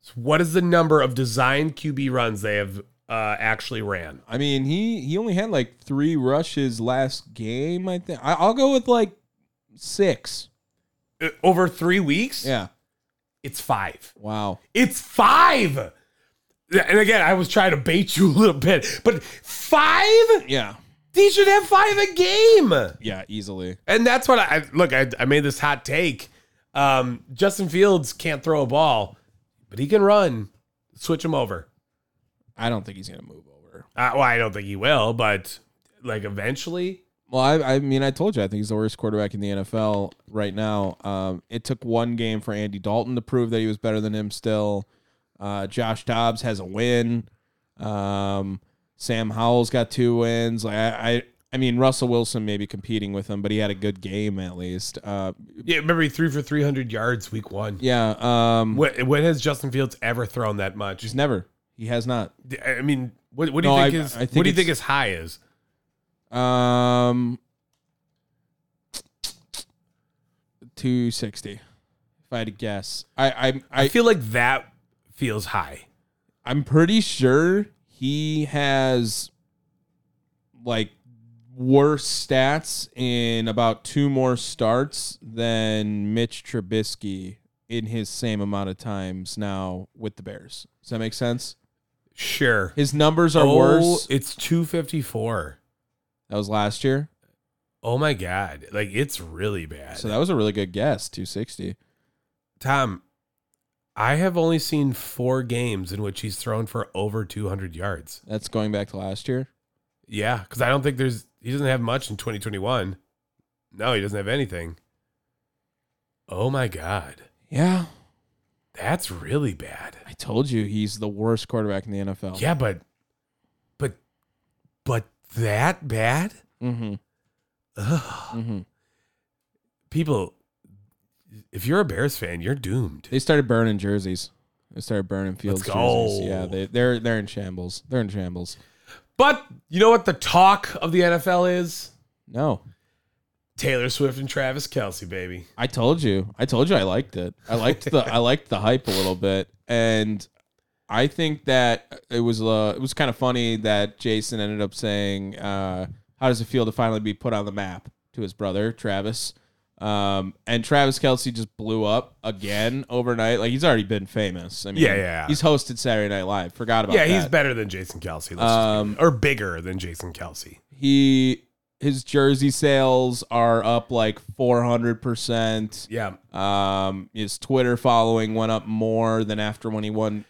S4: So what is the number of designed QB runs they have uh, actually ran?
S1: I mean, he, he only had like three rushes last game, I think. I, I'll go with like six.
S4: Uh, Over three weeks?
S1: Yeah.
S4: It's five.
S1: Wow.
S4: It's five. And again, I was trying to bait you a little bit, but five?
S1: Yeah.
S4: They should have five a game.
S1: Yeah, easily.
S4: And that's what I look, I, I made this hot take. Um, Justin Fields can't throw a ball, but he can run. Switch him over.
S1: I don't think he's going to move over.
S4: Uh, well, I don't think he will, but like eventually.
S1: Well, I, I mean, I told you, I think he's the worst quarterback in the NFL right now. Um, it took one game for Andy Dalton to prove that he was better than him still. Uh, Josh Dobbs has a win. Um, Sam Howell's got two wins. Like, I, I, I mean, Russell Wilson may be competing with him, but he had a good game at least. Uh,
S4: Yeah, remember he threw for 300 yards week one.
S1: yeah. Um,
S4: When, when has Justin Fields ever thrown that much?
S1: he's never. He has not.
S4: I mean, what, what do you
S1: No,
S4: think
S1: I-
S4: his
S1: I think
S4: what do you
S1: it's-
S4: think his high is?
S1: Um, 260. If I had to guess, I, I,
S4: I
S1: I
S4: feel like that feels high.
S1: I'm pretty sure he has like worse stats in about two more starts than Mitch Trubisky in his same amount of times now with the Bears. Does that make sense?
S4: Sure.
S1: His numbers
S4: Oh,
S1: are worse.
S4: It's 254.
S1: That was last year.
S4: Oh my god. Like it's really bad.
S1: So that was a really good guess, 260.
S4: Tom, I have only seen 4 games in which he's thrown for over 200 yards.
S1: That's going back to last year.
S4: Yeah, cuz I don't think there's he doesn't have much in 2021. No, he doesn't have anything. Oh my god.
S1: Yeah.
S4: That's really bad.
S1: I told you he's the worst quarterback in the NFL.
S4: Yeah, but but but that bad?
S1: Mm-hmm.
S4: Ugh.
S1: Mm-hmm.
S4: people if you're a bears fan you're doomed
S1: They started burning jerseys. They started burning Fields
S4: Let's go.
S1: jerseys. Yeah, they, they're they're in shambles. They're in shambles.
S4: But you know what the talk of the NFL is?
S1: No,
S4: Taylor Swift and Travis Kelsey, baby.
S1: I told you. I told you I liked it. I liked the I liked the hype a little bit, and I think that it was uh, it was kind of funny that Jason ended up saying, uh, "How does it feel to finally be put on the map?" to his brother Travis. Um, and Travis Kelsey just blew up again overnight. Like he's already been famous. I mean,
S4: Yeah, yeah.
S1: He's hosted Saturday Night Live. Forgot about
S4: yeah,
S1: that.
S4: he's better than Jason Kelsey. let's just
S1: Um,
S4: be- or bigger than Jason Kelsey.
S1: he his jersey sales are up like 400%.
S4: Yeah.
S1: Um, his Twitter following went up more than after when he won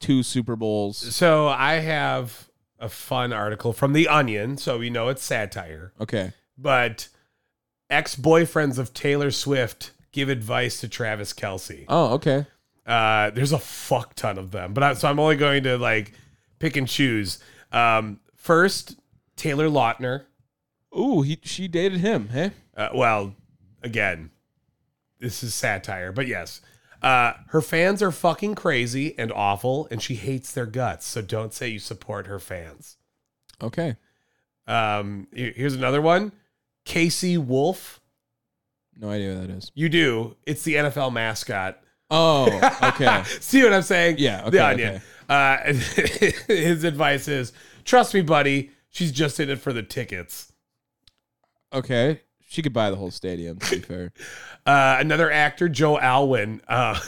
S1: two Super Bowls.
S4: So I have a fun article from The Onion. So we know it's satire,
S1: Okay.
S4: but ex boyfriends of Taylor Swift give advice to Travis Kelsey.
S1: Oh, okay.
S4: Uh, there's a fuck ton of them, but I, so I'm only going to like pick and choose. Um, first, Taylor Lautner.
S1: Ooh, he she dated him. Hey,
S4: Uh, well, again, this is satire, but yes. Uh, her fans are fucking crazy and awful, and she hates their guts. So don't say you support her fans.
S1: okay.
S4: Um, here- here's another one. Casey Wolf.
S1: No idea what that is.
S4: You do. It's the NFL mascot.
S1: Oh, okay.
S4: See what I'm saying?
S1: Yeah, okay,
S4: the onion. Uh, his advice is trust me, buddy. She's just in it for the tickets.
S1: okay. She could buy the whole stadium. To be fair,
S4: Uh, another actor, Joe Alwyn. Uh,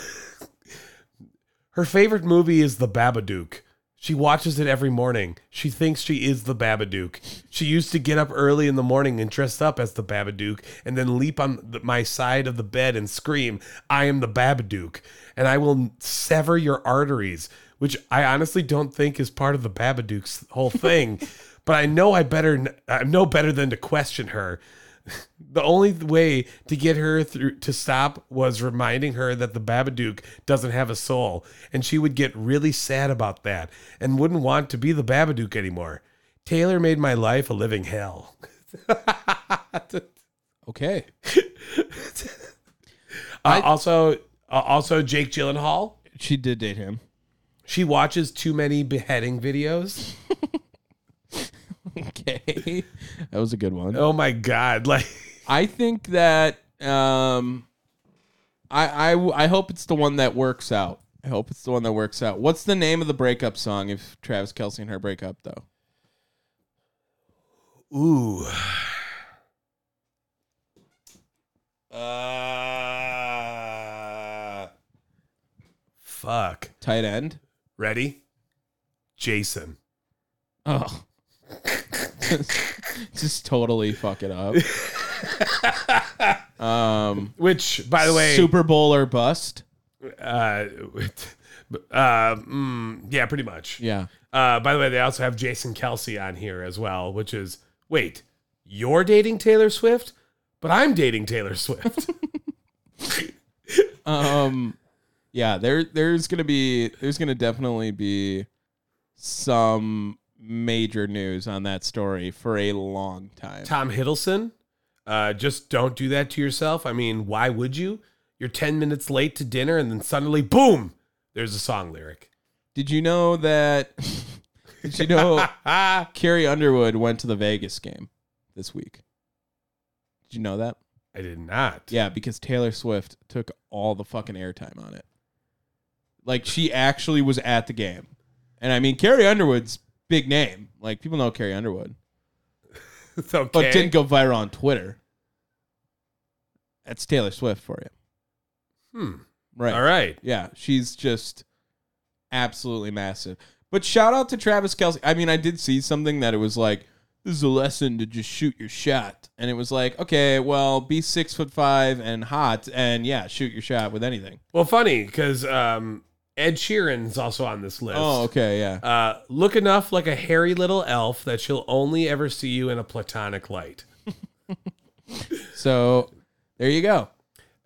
S4: her favorite movie is The Babadook. She watches it every morning. She thinks she is the Babadook. She used to get up early in the morning and dress up as the Babadook and then leap on the, my side of the bed and scream, I am the Babadook, and I will sever your arteries, which I honestly don't think is part of the Babadook's whole thing. but I know I better, I know better than to question her. The only th- way to get her through to stop was reminding her that the Babadook doesn't have a soul, and she would get really sad about that and wouldn't want to be the Babadook anymore. Taylor made my life a living hell.
S1: okay.
S4: Uh, also, uh, also Jake Gyllenhaal.
S1: She did date him.
S4: She watches too many beheading videos.
S1: Okay, that was a good one.
S4: Oh my god! Like,
S1: I think that um, I, I I hope it's the one that works out. I hope it's the one that works out. What's the name of the breakup song if Travis Kelsey and her break up though?
S4: ooh. Uh, fuck.
S1: Tight end.
S4: Ready? Jason.
S1: Oh, just totally fuck it up. Um,
S4: Which, by the way,
S1: Super Bowl or bust.
S4: uh, uh, mm, yeah, pretty much.
S1: Yeah.
S4: Uh, by the way, they also have Jason Kelsey on here as well, which is wait, you're dating Taylor Swift, but I'm dating Taylor Swift.
S1: um yeah there there's gonna be there's gonna definitely be some major news on that story for a long time
S4: Tom Hiddleston, uh, just don't do that to yourself. I mean, why would you? You're 10 minutes late to dinner, and then suddenly, boom, there's a song lyric.
S1: did you know that did you know
S4: I
S1: carrie underwood went to the vegas game this week did you know that
S4: did not.
S1: yeah because taylor swift took all the fucking airtime on it like she actually was at the game and i mean carrie underwood's big name like people know carrie underwood
S4: It's okay.
S1: but didn't go viral on Twitter. That's Taylor Swift for you.
S4: Hmm.
S1: Right.
S4: All right.
S1: Yeah. She's just absolutely massive. But shout out to Travis Kelsey. I mean, I did see something that it was like, this is a lesson to just shoot your shot. And it was like, okay, well, be six foot five and hot and yeah, shoot your shot with anything.
S4: Well, funny because um, Ed Sheeran's also on this list.
S1: Oh, okay. Yeah.
S4: Uh, look enough like a hairy little elf that she'll only ever see you in a platonic light.
S1: So there you go.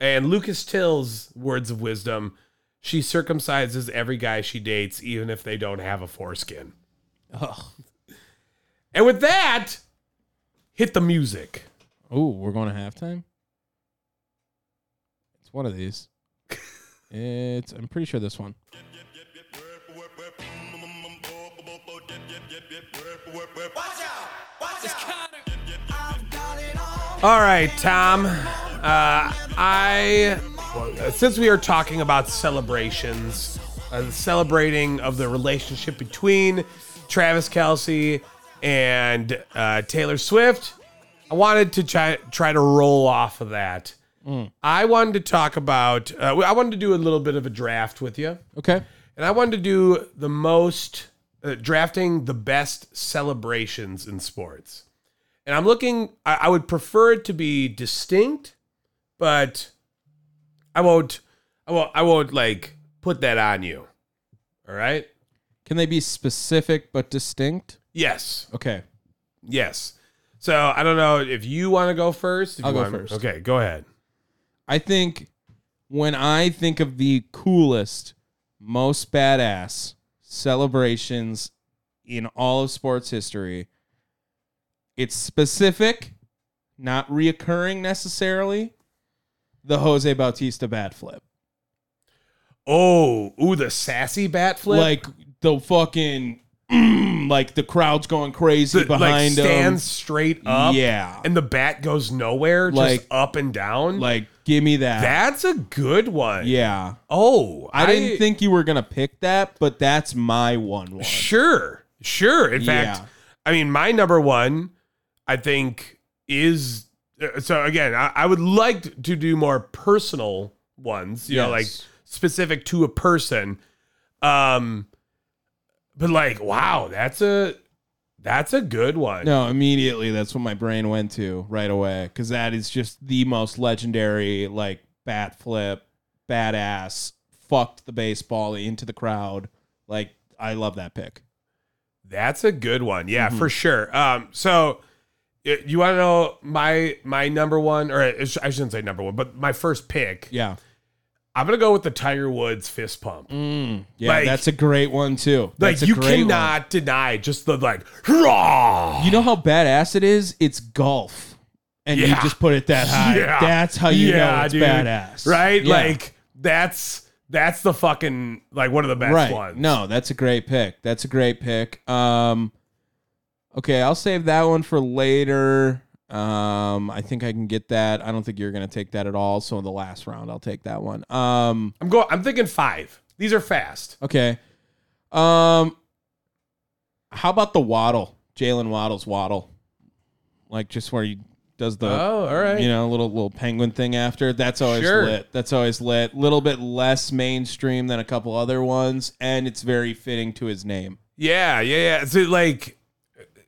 S4: And Lucas Till's words of wisdom: she circumcises every guy she dates, even if they don't have a foreskin.
S1: Oh,
S4: And with that, hit the music.
S1: Ooh, we're going to halftime? It's one of these. it's, I'm pretty sure this one.
S2: Yep, yep, yep, yep, yep, yep, yep, yep, yep, yep, yep, yep, yep, yep, yep, yep, yep, yep, yep,
S4: All right, Tom. Uh, I well, since we are talking about celebrations, uh, the celebrating of the relationship between Travis Kelsey and uh, Taylor Swift, I wanted to try try to roll off of that. I wanted to talk about. Uh, I wanted to do a little bit of a draft with you.
S1: Okay.
S4: And I wanted to do the most uh, drafting the best celebrations in sports. And I'm looking, I, I would prefer it to be distinct, but I won't, I won't, I won't like put that on you. All right.
S1: Can they be specific but distinct?
S4: Yes.
S1: Okay.
S4: Yes. So I don't know if you want to go first. if
S1: I'll
S4: you
S1: go
S4: want-
S1: first.
S4: Okay. Go ahead.
S1: I think when I think of the coolest, most badass celebrations in all of sports history, it's specific, not reoccurring necessarily. The Jose Bautista bat flip.
S4: Oh, ooh, the sassy bat flip.
S1: Like the fucking, mm, like the crowd's going crazy
S4: the, like,
S1: behind
S4: stands
S1: him.
S4: straight up.
S1: Yeah.
S4: And the bat goes nowhere,
S1: Like-
S4: just up and down.
S1: Like, give me that.
S4: That's a good one.
S1: yeah.
S4: Oh,
S1: I, didn't think you were going to pick that, but that's my one one.
S4: Sure, sure. In fact,
S1: Yeah.
S4: I mean, my number one, I think, is uh, so. Again, I, I would like to do more personal ones. You know, like
S1: Yes.
S4: specific to a person. Um, but like, wow, that's a that's a good one.
S1: No, immediately that's what my brain went to right away because that is just the most legendary, like bat flip, badass, fucked the baseball into the crowd. Like I love that pick.
S4: That's a good one. Yeah,
S1: Mm-hmm.
S4: for sure. Um, so y- you want to know my my number one, or I sh- I shouldn't say number one, but my first pick.
S1: Yeah,
S4: I'm gonna go with the Tiger Woods fist pump.
S1: yeah,
S4: Mm. Like-
S1: that's a great one too.
S4: Like
S1: That's a
S4: you
S1: great one.
S4: cannot deny just the like hurrah.
S1: You know how badass it is? It's golf, and you
S4: Yeah.
S1: just put it that high.
S4: Yeah.
S1: That's how you know
S4: Yeah,
S1: it's
S4: dude.
S1: badass,
S4: right?
S1: Yeah.
S4: Like that's that's the fucking like one of the best
S1: right.
S4: ones.
S1: No, that's a great pick. That's a great pick. Um, okay, I'll save that one for later. Um, I think I can get that. I don't think you're gonna take that at all. So in the last round, I'll take that one. Um,
S4: I'm going. I'm thinking five. These are fast.
S1: okay. Um, how about the waddle? Jalen Waddle's waddle, like just where he does the
S4: Oh, all right.
S1: Uh, you know, little little penguin thing after. That's always
S4: Sure.
S1: lit. That's always lit. little bit less mainstream than a couple other ones, and it's very fitting to his name.
S4: Yeah, yeah, yeah. So like,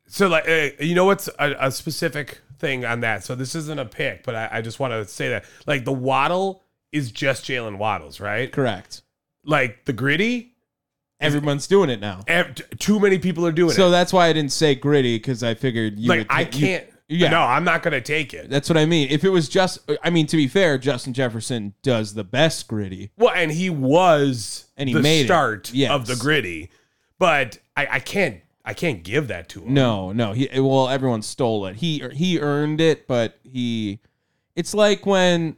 S4: so like, uh, you know what's a, a specific thing on that? So this isn't a pick, but I, I just want to say that like the waddle is just Jalen Waddles, right?
S1: Correct.
S4: Like the gritty,
S1: Everyone's doing it now.
S4: ev- t- too many people are doing
S1: So
S4: it.
S1: that's why I didn't say gritty because I figured you.
S4: Like
S1: would
S4: I
S1: ta- you-
S4: can't.
S1: yeah.
S4: No, I'm not gonna take it.
S1: that's what I mean. If it was just, I mean, to be fair, Justin Jefferson does the best gritty.
S4: Well, and he was
S1: And he
S4: the
S1: made it.
S4: start
S1: Yes.
S4: of the gritty, but I, I can't I can't give that to him.
S1: No, no. He well, everyone stole it. He he earned it, but he. It's like when.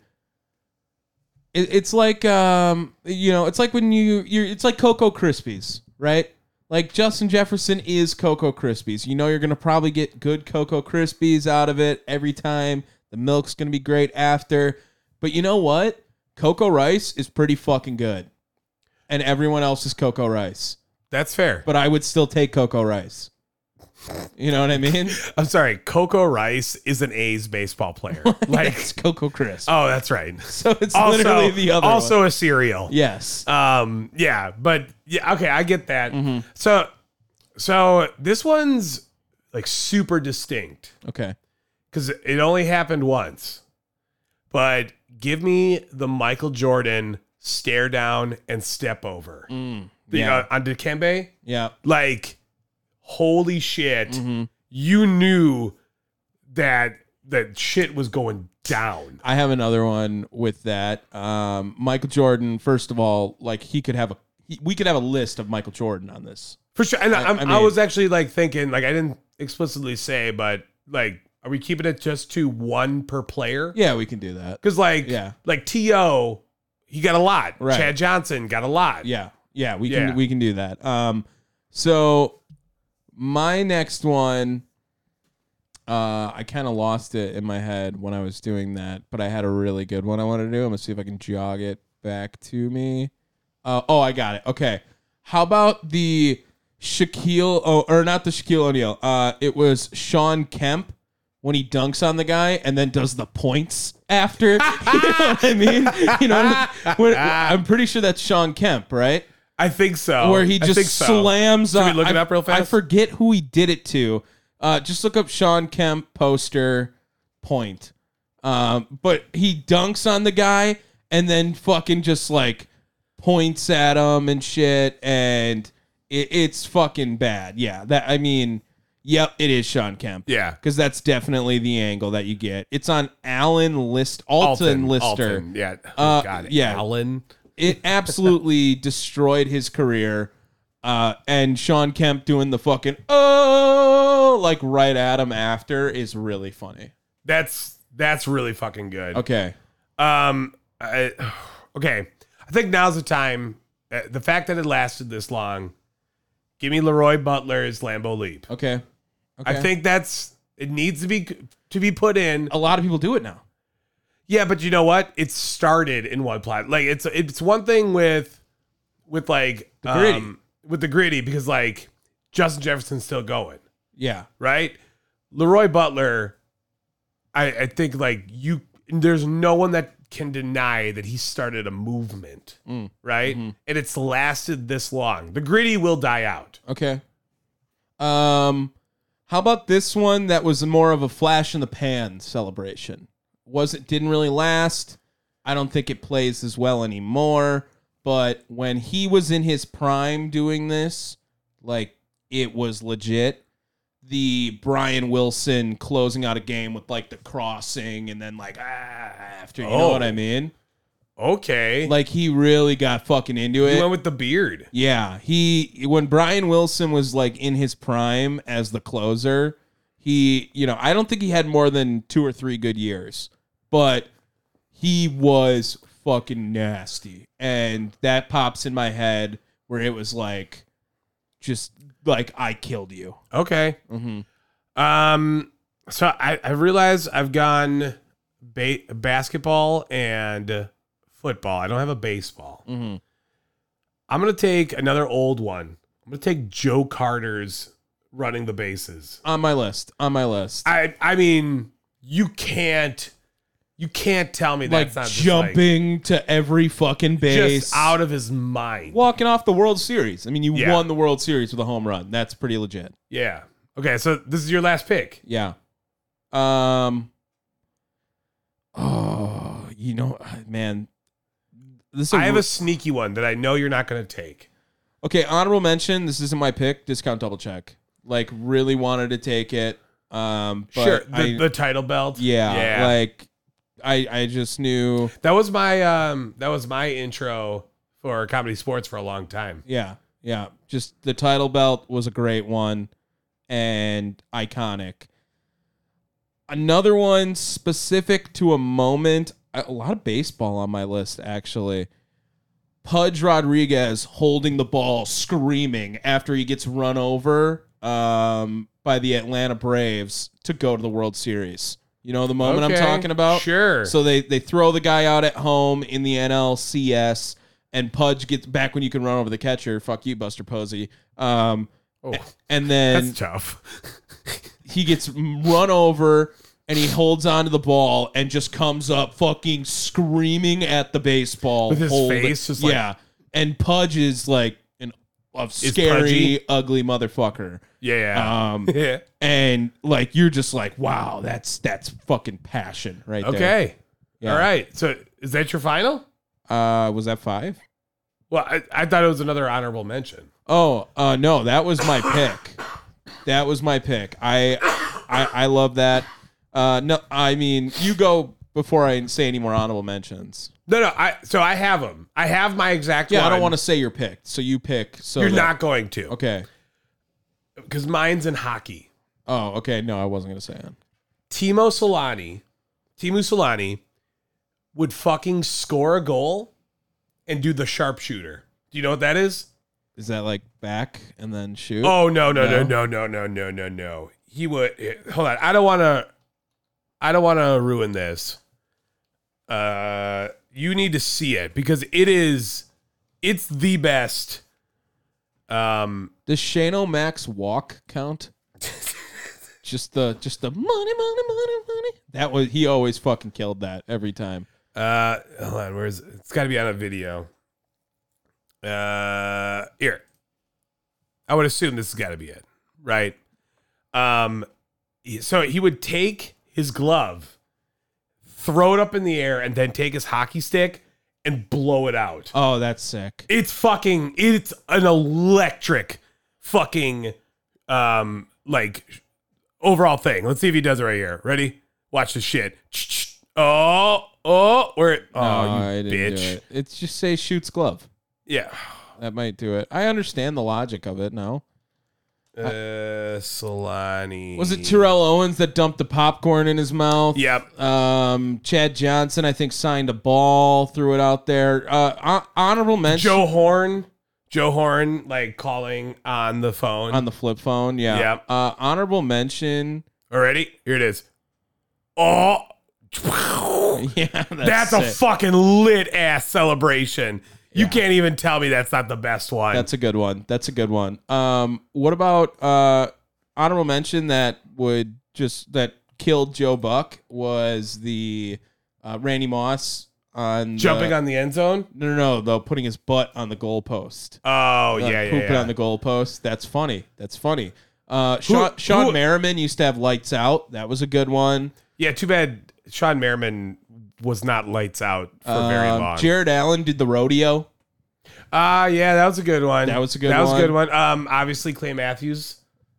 S1: It, it's like um, you know, it's like when you you it's like Cocoa Krispies, right? Like Justin Jefferson is Cocoa Krispies. You know, you're gonna probably get good Cocoa Krispies out of it every time. The milk's gonna be great after, but you know what? Cocoa Rice is pretty fucking good, and everyone else is Cocoa Rice
S4: that's fair.
S1: but I would still take Coco Rice. You know what I mean?
S4: I'm sorry, Coco Rice is an A's baseball player. like,
S1: it's Coco Crisp.
S4: oh, that's right.
S1: so it's
S4: also,
S1: literally the other.
S4: also
S1: one.
S4: a cereal.
S1: yes.
S4: Um, yeah, but yeah, okay, I get that.
S1: Mm-hmm.
S4: So, so this one's like super distinct
S1: Okay.
S4: because it only happened once. But give me the Michael Jordan stare down and step over the,
S1: yeah.
S4: uh, on Dikembe.
S1: yeah.
S4: Like, holy shit!
S1: Mm-hmm.
S4: You knew that that shit was going down.
S1: I have another one with that. Um, Michael Jordan. First of all, like he could have a he, we could have a list of Michael Jordan on this.
S4: For sure. And I, I'm, I,
S1: I mean-
S4: was actually like thinking, like, I didn't explicitly say, but like, are we keeping it just to one per player?
S1: Yeah, we can do that.
S4: Because, like,
S1: Yeah.
S4: like T.O., he got a lot.
S1: Right.
S4: Chad Johnson got a lot.
S1: Yeah. Yeah, we
S4: Yeah.
S1: can we can do that. Um so my next one, uh, I kind of lost it in my head when I was doing that, but I had a really good one I wanted to do. I'm gonna see if I can jog it back to me. Uh, oh, I got it. Okay, how about the Shaquille? Oh, or not the Shaquille O'Neal. Uh, it was Sean Kemp when he dunks on the guy and then does the points after. you know what I mean? You know, what I mean? When- I'm pretty sure that's Sean Kemp, right?
S4: I think so.
S1: where he
S4: Oh, I
S1: just
S4: think so.
S1: slams
S4: Should we
S1: on-
S4: look
S1: I,
S4: it up real
S1: I
S4: fast?
S1: forget who he did it to. Uh, just look up Sean Kemp poster point. Um, but he dunks on the guy and then fucking just like points at him and shit, and it, it's fucking bad. Yeah, that I mean, yep, it is Sean Kemp.
S4: Yeah.
S1: because that's definitely the angle that you get. It's on Alan List Alton, Lister
S4: Alton, yeah.
S1: Uh,
S4: Got it.
S1: yeah.
S4: Allen.
S1: it absolutely destroyed his career. Uh, and Sean Kemp doing the fucking oh like right at him after is really funny.
S4: That's that's really fucking good.
S1: Okay,
S4: Um. I, okay. I think now's the time. Uh, the fact that it lasted this long. Give me Leroy Butler's Lambo Leap.
S1: okay, okay.
S4: I think that's it needs to be to be put in.
S1: a lot of people do it now.
S4: Yeah, but you know what? It started in one plot. Like it's it's one thing with with like um,
S1: The gritty.
S4: with the gritty because like Justin Jefferson's still going
S1: Yeah,
S4: right? Leroy Butler, I, I think like you, there's no one that can deny that he started a movement,
S1: Mm.
S4: right? And it's lasted this long. The gritty will die out.
S1: okay. Um, how about this one that was more of a flash in the pan celebration? Wasn't didn't really last. I don't think it plays as well anymore. But when he was in his prime doing this, like it was legit. The Brian Wilson closing out a game with like the crossing and then like ah after you know
S4: Oh.
S1: what I mean?
S4: Okay, like,
S1: Like he really got fucking into it.
S4: he went with the beard.
S1: Yeah, he when Brian Wilson was like in his prime as the closer, he you know I don't think he had more than two or three good years, but he was fucking nasty, and that pops in my head where it was like, just like I killed you.
S4: Okay,
S1: Mm-hmm.
S4: um, so I I realize I've gone ba- basketball and football. I don't have a baseball.
S1: Mm-hmm.
S4: I'm gonna take another old one. I'm gonna take Joe Carter's running the bases.
S1: On my list. On my list.
S4: I I mean, you can't you can't tell me
S1: like
S4: that's not just, like,
S1: jumping to every fucking base.
S4: just out of his mind.
S1: Walking off the World Series. I mean, you
S4: Yeah.
S1: won the World Series with a home run. That's pretty legit.
S4: Yeah. Okay, so this is your last pick.
S1: Yeah. Um. Oh, you know, man. This is
S4: I have a sneaky one that I know you're not going to take.
S1: okay honorable mention. This isn't my pick. Discount double check. Like really wanted to take it. Um. But
S4: sure, the,
S1: I-
S4: the title belt.
S1: yeah,
S4: yeah.
S1: Like, I I just knew.
S4: that was my um that was my intro for comedy sports for a long time.
S1: Yeah. Yeah. Just the title belt was a great one and iconic. Another one specific to a moment. A a lot of baseball on my list, actually. Pudge Rodriguez holding the ball, screaming after he gets run over um, by the Atlanta Braves to go to the World Series. You know the moment
S4: Okay,
S1: I'm talking about?
S4: Sure.
S1: So they they throw the guy out at home in the NLCS, and Pudge gets back when you can run over the catcher. Fuck you, Buster Posey. Um,
S4: oh,
S1: and
S4: that's
S1: then
S4: tough.
S1: he gets run over, and he holds onto the ball and just comes up fucking screaming at the baseball
S4: With his
S1: hold-
S4: face just like-
S1: yeah, and Pudge is like an a
S4: pudgy?
S1: scary, ugly motherfucker.
S4: yeah.
S1: Um,
S4: yeah.
S1: and like you're just like, wow, that's that's fucking passion right there.
S4: Okay.
S1: Yeah.
S4: All right. So is that your final?
S1: Uh, was that five?
S4: Well, I, I thought it was another honorable mention.
S1: Oh uh, no, that was my pick. That was my pick. I I, I love that. Uh, no, I mean you go before I say any more honorable mentions.
S4: No, no. I so I have them. I have my exact.
S1: Yeah, I don't
S4: one.
S1: want to say you're picked, so you pick. So
S4: You're
S1: that-
S4: not going to,
S1: okay.
S4: because mine's in hockey.
S1: Oh, okay. No, I wasn't gonna say it.
S4: Timo Solani, Timu Solani, would fucking score a goal and do the sharpshooter. Do you know what that is?
S1: Is that like back and then shoot?
S4: Oh no no no
S1: No?
S4: no no no no no no. He would eh, hold on. I don't want to. I don't want to ruin this. Uh, you need to see it because it is. It's the best. Um,
S1: Does Shane O'Max walk count? just the just the money, money, money, money. That was he always fucking killed that every time.
S4: Uh, hold on. Where's it's got to be on a video. Uh, here. I would assume this has got to be it, right? Um, he- so he would take his glove, throw it up in the air, and then take his hockey stick and blow it out.
S1: Oh, that's sick.
S4: It's fucking. It's an electric, fucking, um, like overall thing. Let's see if he does it right here. Ready? Watch this shit. Oh, oh, where? Oh,
S1: I
S4: you
S1: didn't do
S4: bitch.
S1: it. It's just say shoots glove.
S4: Yeah.
S1: That might do it. I understand the logic of it now.
S4: Uh, Solani.
S1: Was it Terrell Owens that dumped the popcorn in his mouth?
S4: Yep.
S1: Um, Chad Johnson, I think, signed a ball, threw it out there. Uh, hon- honorable mention
S4: Joe Horn. Joe Horn, like calling on the phone.
S1: on the flip phone. Yeah.
S4: Yep.
S1: Uh, honorable mention.
S4: Already? Here it is. Oh.
S1: Yeah, that's,
S4: That's, a
S1: sick.
S4: fucking lit ass celebration. You
S1: Yeah.
S4: can't even tell me that's not the best one.
S1: That's a good one. That's a good one. Um, what about uh honorable mention that would just that killed Joe Buck was the uh, Randy Moss on the-
S4: Jumping on the end zone?
S1: no no no the putting his butt on the goalpost.
S4: Oh,
S1: Uh,
S4: yeah, yeah.
S1: pooping
S4: yeah.
S1: on the goalpost. That's funny. That's funny. Uh, Sean, Sean
S4: who-
S1: Merriman used to have lights out. That was a good one.
S4: yeah, too bad Sean Merriman was not lights out for very
S1: Um,
S4: long.
S1: Jared Allen did the rodeo.
S4: Ah, yeah, that was a good one.
S1: That was a good
S4: That was
S1: one.
S4: a good one. Um, obviously Clay Matthews.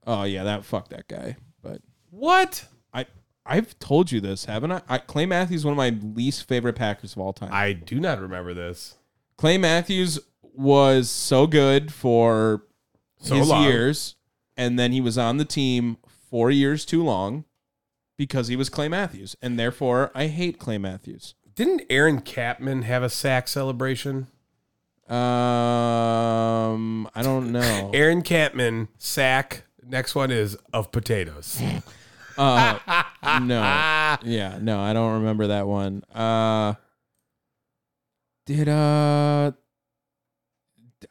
S1: Oh yeah, that fuck that guy. But
S4: What?
S1: I I've told you this, haven't I? I Clay Matthews is one of my least favorite Packers of all time.
S4: I do not remember this.
S1: Clay Matthews was so good for
S4: So
S1: his
S4: long.
S1: years, and then he was on the team four years too long because he was Clay Matthews, and therefore I hate Clay Matthews.
S4: Didn't Aaron Capman have a sack celebration?
S1: Um, I don't know.
S4: Aaron Capman sack. Next one is of potatoes.
S1: Uh, no, yeah, no, I don't remember that one. Uh, did uh,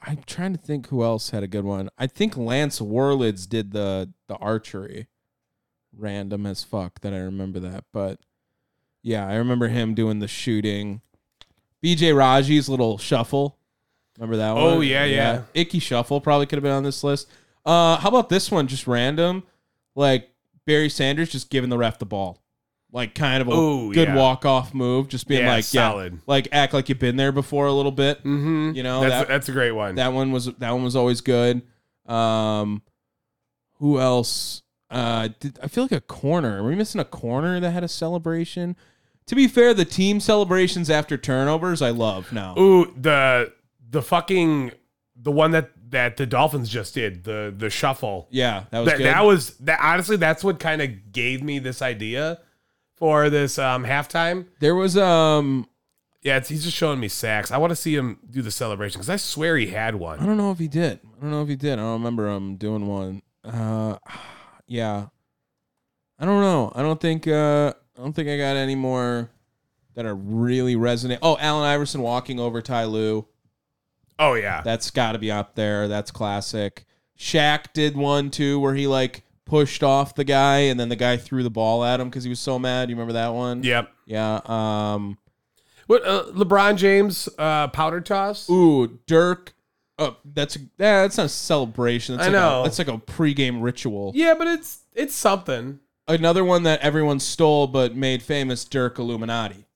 S1: I'm trying to think who else had a good one. I think Lance Warlids did the the archery, random as fuck that I remember that, but yeah, I remember him doing the shooting. BJ Raji's little shuffle. Remember that one?
S4: Oh, yeah, yeah.
S1: Icky shuffle probably could have been on this list. Uh, how about this one? Just random, like Barry Sanders just giving the ref the ball, like kind of a
S4: Ooh,
S1: good
S4: yeah.
S1: walk off move. Just being
S4: Yeah,
S1: like, yeah,
S4: solid.
S1: like act like you've been there before a little bit.
S4: Mm-hmm.
S1: You know,
S4: that's
S1: that-
S4: that's a great one.
S1: That one was that one was always good. Um, who else? Uh, did, I feel like a corner. Are we missing a corner that had a celebration? To be fair, the team celebrations after turnovers I love now.
S4: Ooh, the the fucking the one that that the Dolphins just did the the shuffle.
S1: Yeah, that was
S4: That,
S1: good.
S4: that was that. Honestly, that's what kind of gave me this idea for this um halftime.
S1: there was um
S4: Yeah, it's, he's just showing me sacks. I want to see him do the celebration because I swear he had
S1: I
S4: one.
S1: don't know if he did. I don't know if he did. I don't remember him doing one. Uh, yeah. I don't know. I don't think. Uh, I don't think I got any more that are really resonant. Oh, Allen Iverson walking over Ty Lue.
S4: Oh yeah,
S1: That's got to be up there. That's classic. Shaq did one too, where he like pushed off the guy, and then the guy threw the ball at him because he was so mad. You remember that one?
S4: yep.
S1: Yeah. Um.
S4: What uh, LeBron James uh, powder toss?
S1: Ooh, Dirk. Oh, that's a, yeah, that's not a celebration. That's
S4: I
S1: like
S4: know.
S1: A, that's like a pregame ritual.
S4: Yeah, but it's it's something.
S1: Another one that everyone stole but made famous, Dirk Illuminati.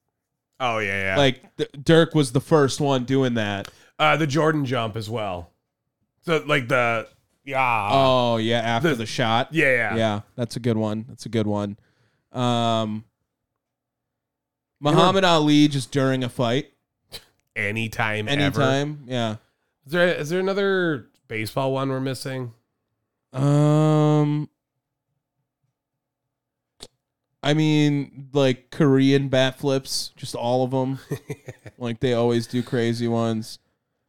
S4: Oh yeah, yeah. Like
S1: Like th- Dirk was the first one doing that.
S4: uh, the Jordan jump as well. So like the yeah
S1: oh yeah, after the,
S4: Ah. the-
S1: shot.
S4: yeah yeah.
S1: yeah, that's a good one. That's a good one. Um, Muhammad Ali just during a fight,
S4: Anytime, ever.
S1: anytime. Yeah.
S4: Is there is there another baseball one we're missing?
S1: Um, I mean, like Korean bat flips, just all of them. like they always do crazy ones.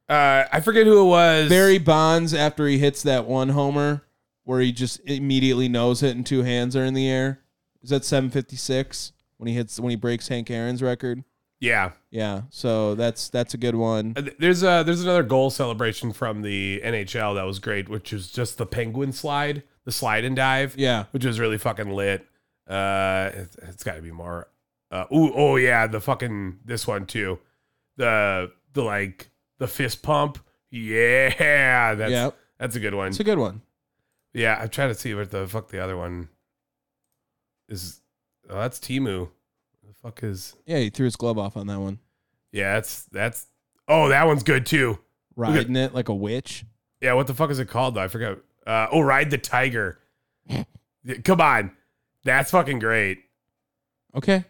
S4: Uh, I forget who it was.
S1: Barry Bonds after he hits that one homer where he just immediately knows it and two hands are in the air. Is that 756 when he hits when he breaks Hank Aaron's record?
S4: Yeah.
S1: Yeah, so that's that's a good one.
S4: Uh, th- There's a there's another goal celebration from the NHL that was great, which is just the penguin slide, the slide and dive,
S1: Yeah,
S4: which was really fucking lit. Uh, it's, it's got to be more. Uh, ooh, oh yeah, the fucking this one too, the the like the fist pump. Yeah, that's
S1: yeah,
S4: that's a good one.
S1: it's a good one.
S4: yeah, I'm trying to see what the fuck the other one is. Oh, that's Timu. The fuck is?
S1: Yeah, he threw his glove off on that one,
S4: Yeah, that's that's. Oh, that one's good too.
S1: riding it like a witch.
S4: Yeah, what the fuck is it called though? I forgot. Uh, oh, ride the tiger. Yeah, Come on, that's fucking great.
S1: Okay,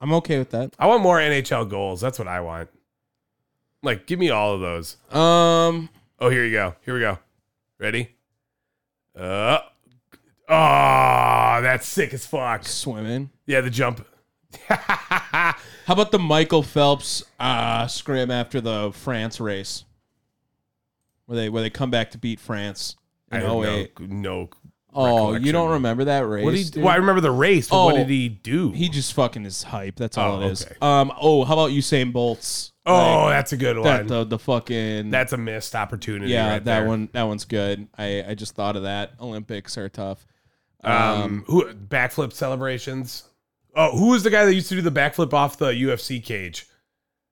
S1: I'm okay with that.
S4: I want more NHL goals. That's what I want. Like, give me all of those.
S1: Um,
S4: Oh, here you go. Here we go. Ready? Uh, oh, that's sick as fuck.
S1: swimming.
S4: Yeah, the jump.
S1: How about the Michael Phelps uh, scrim after the France race, where they where they come back to beat France
S4: I
S1: in
S4: have no-
S1: 08.
S4: no.
S1: Oh, you don't
S4: recollection.
S1: remember that race?
S4: What did he? do?
S1: dude?
S4: Well, I remember the race. But what
S1: Oh,
S4: did he do?
S1: He just fucking is hype. That's all
S4: Oh,
S1: it is.
S4: okay.
S1: Um. Oh, how about Usain Bolt's?
S4: oh,
S1: Like,
S4: that's a good one.
S1: that the the fucking
S4: that's a missed opportunity.
S1: yeah
S4: right
S1: that
S4: there.
S1: one that one's good. I I just thought of that. Olympics are tough.
S4: Um, who backflip celebrations? Oh, who was the guy that used to do the backflip off the UFC cage?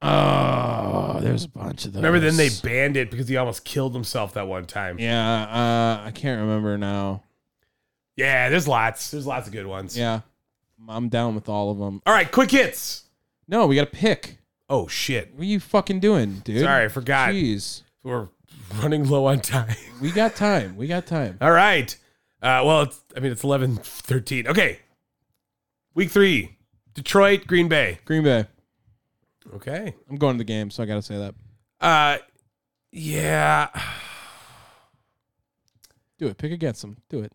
S1: Oh, there's a bunch of those.
S4: Remember, then they banned it because he almost killed himself that one time. Yeah,
S1: yeah. Uh, I can't remember now.
S4: there's lots. There's lots of good ones.
S1: Yeah, I'm down with all of them.
S4: All right, quick hits.
S1: No, we got to pick.
S4: Oh shit!
S1: What are you fucking doing, dude?
S4: Sorry, I forgot.
S1: Jeez,
S4: We're running low on time.
S1: we got time. We got time.
S4: All right. Uh, well, it's, I mean, it's 11, 13. Okay. Week three, Detroit, Green Bay.
S1: Green Bay.
S4: Okay.
S1: I'm going to the game, so I got to say that.
S4: Uh, yeah.
S1: Do it. Pick against them. Do it.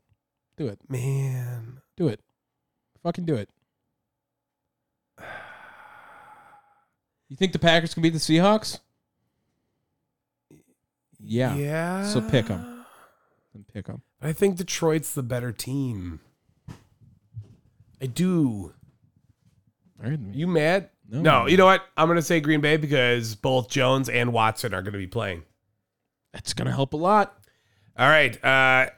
S1: Do it.
S4: Man.
S1: Do it. Fucking do it. You think the Packers can beat the Seahawks? Yeah.
S4: Yeah.
S1: So pick 'em. Then pick them.
S4: I think Detroit's the better team. I do.
S1: All right.
S4: You mad?
S1: No.
S4: No, you know what? I'm going to say Green Bay because both Jones and Watson are going to be playing.
S1: That's gonna help a lot.
S4: All right. Uh,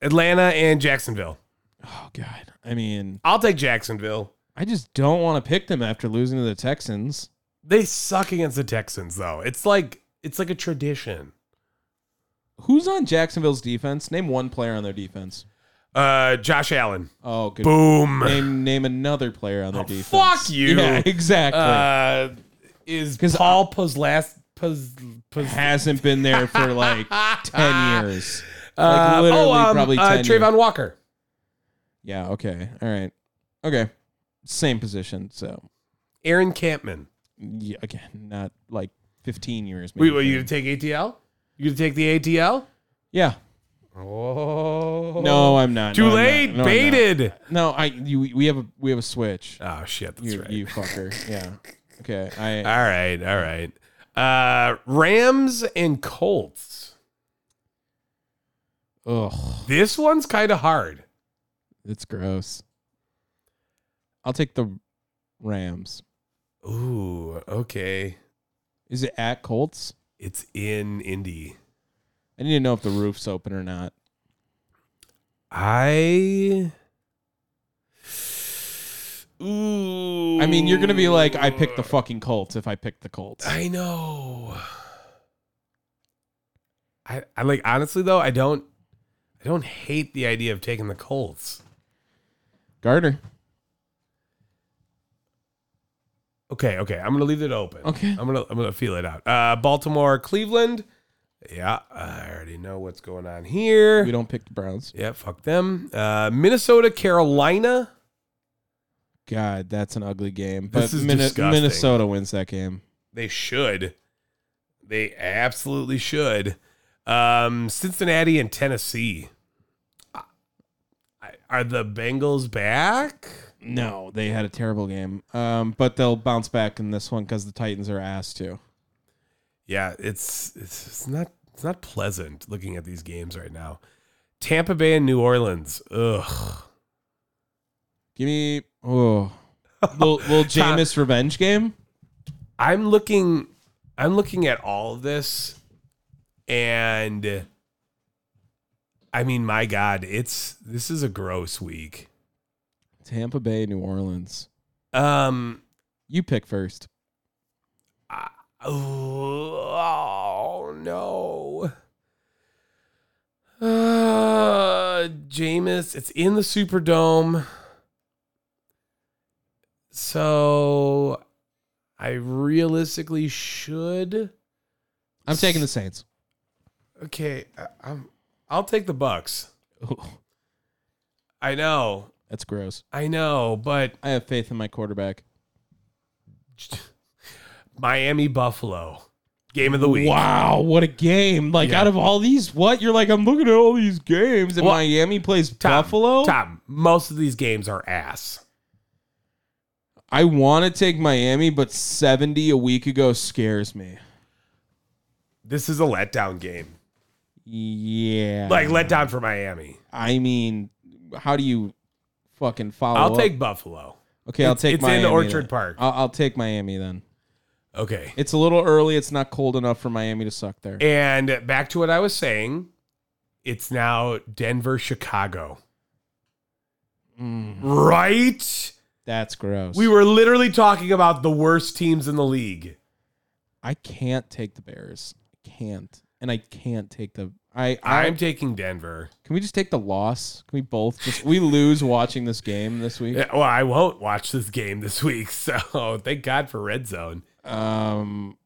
S4: Atlanta and Jacksonville.
S1: Oh God. I mean,
S4: I'll take Jacksonville.
S1: I just don't want to pick them after losing to the Texans.
S4: They suck against the Texans though. It's like it's like a tradition.
S1: Who's on Jacksonville's defense? Name one player on their defense.
S4: Uh, Josh Allen.
S1: Oh, good.
S4: Boom.
S1: Name name another player on their defense.
S4: fuck you.
S1: Yeah, exactly.
S4: Uh, is
S1: 'Cause
S4: Paul Puzlas Puz, Puz,
S1: Hasn't been there for like
S4: Ah.
S1: ten years.
S4: uh,
S1: literally
S4: oh, um,
S1: probably
S4: uh,
S1: 10 years.
S4: Trayvon Walker.
S1: Yeah, okay. All right. Okay. Same position, so
S4: Aaron Campman.
S1: yeah, again, not like 15 years
S4: Wait,
S1: maybe.
S4: were you to take ATL? You gonna take the ATL?
S1: Yeah.
S4: Oh
S1: No, I'm not.
S4: Too
S1: No, I'm not.
S4: late.
S1: No, I'm not.
S4: Baited.
S1: No, I you we have a we have a switch.
S4: Oh shit, that's
S1: you
S4: right.
S1: you fucker. Yeah. Okay.
S4: All
S1: I
S4: right, all right. Uh, Rams and Colts.
S1: ugh,
S4: This one's kind of hard.
S1: it's gross. I'll take the Rams.
S4: Ooh, okay.
S1: Is it at Colts?
S4: It's in Indy.
S1: I need to know if the roof's open or not.
S4: I. Ooh.
S1: I mean, you're going to be like I picked the fucking Colts if I picked the Colts.
S4: I know. I I like honestly though I don't I don't hate the idea of taking the Colts.
S1: Garter.
S4: Okay, okay. I'm gonna leave it open.
S1: Okay.
S4: I'm gonna I'm gonna feel it out. Uh, Baltimore, Cleveland. Yeah, I already know what's going on here.
S1: We don't pick the Browns.
S4: yeah, fuck them. Uh, Minnesota, Carolina.
S1: God, that's an ugly game. But
S4: This is
S1: Minne-
S4: disgusting.
S1: Minnesota wins that game.
S4: They should. They absolutely should. Um, Cincinnati and Tennessee. I, are the Bengals back?
S1: No, they had a terrible game. Um, but they'll bounce back in this one because the Titans are asked to.
S4: Yeah, it's it's, it's not it's not pleasant looking at these games right now. Tampa Bay and New Orleans. Ugh.
S1: Give me oh, little, little Jameis revenge game.
S4: I'm looking I'm looking at all of this and I mean my god, it's this is a gross week.
S1: Tampa Bay, New Orleans.
S4: Um
S1: You pick first.
S4: oh, no. Uh Jameis, it's in the Superdome. So I realistically should
S1: I'm taking the Saints.
S4: Okay, I, I'm. I'll take the Bucks.
S1: Oh,
S4: I know,
S1: that's gross.
S4: I know, but
S1: I have faith in my quarterback.
S4: Miami Buffalo game of the week.
S1: Wow, what a game! Like
S4: Yeah.
S1: out of all these, what you're like? I'm looking at all these games, and
S4: Well,
S1: Miami plays
S4: Tom,
S1: Buffalo.
S4: Tom, most of these games are ass.
S1: I want to take Miami, but 70 a week ago scares me.
S4: This is a letdown game.
S1: Yeah,
S4: Like letdown for Miami.
S1: I mean, how do you fucking follow?
S4: I'll
S1: up?
S4: take Buffalo.
S1: Okay, I'll
S4: it's-
S1: take
S4: it's in
S1: Miami.
S4: Orchard
S1: then.
S4: Park.
S1: I'll, I'll take Miami then.
S4: Okay.
S1: It's a little early. It's not cold enough for Miami to suck there.
S4: And back to what I was saying, it's now Denver Chicago.
S1: Mm,
S4: Right?
S1: that's gross.
S4: We were literally talking about the worst teams in the league.
S1: I can't take the Bears. I can't, and I can't take the. I I
S4: I'm taking Denver.
S1: can we just take the loss? Can we both just we lose watching this game this week?
S4: Yeah, well, I won't watch this game this week, so thank God for Red Zone.
S1: Um,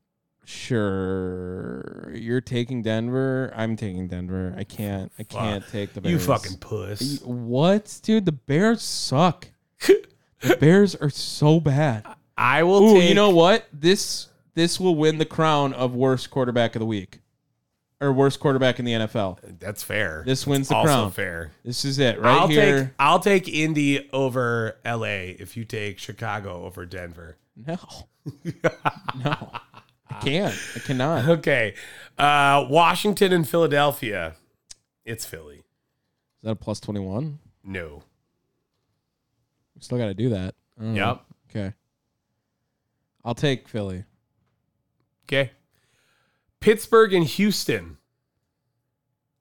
S1: sure. You're taking Denver. I'm taking Denver. I can't. I can't take the Bears.
S4: You fucking
S1: You-
S4: puss.
S1: what, dude? The Bears suck. the Bears are so bad.
S4: I will.
S1: Ooh,
S4: take,
S1: you know what? This this will win the crown of worst quarterback of the week, or worst quarterback in the NFL.
S4: that's fair.
S1: This wins the
S4: also
S1: crown.
S4: fair.
S1: This is it right
S4: I'll
S1: here.
S4: take I'll take Indy over L.A. if you take Chicago over Denver.
S1: No. no. I can't. I cannot.
S4: Okay, uh, Washington and Philadelphia. It's Philly.
S1: Is that a plus 21?
S4: No.
S1: We still got to do that. I don't know.
S4: Yep.
S1: Okay. I'll take Philly.
S4: Okay. Pittsburgh and Houston.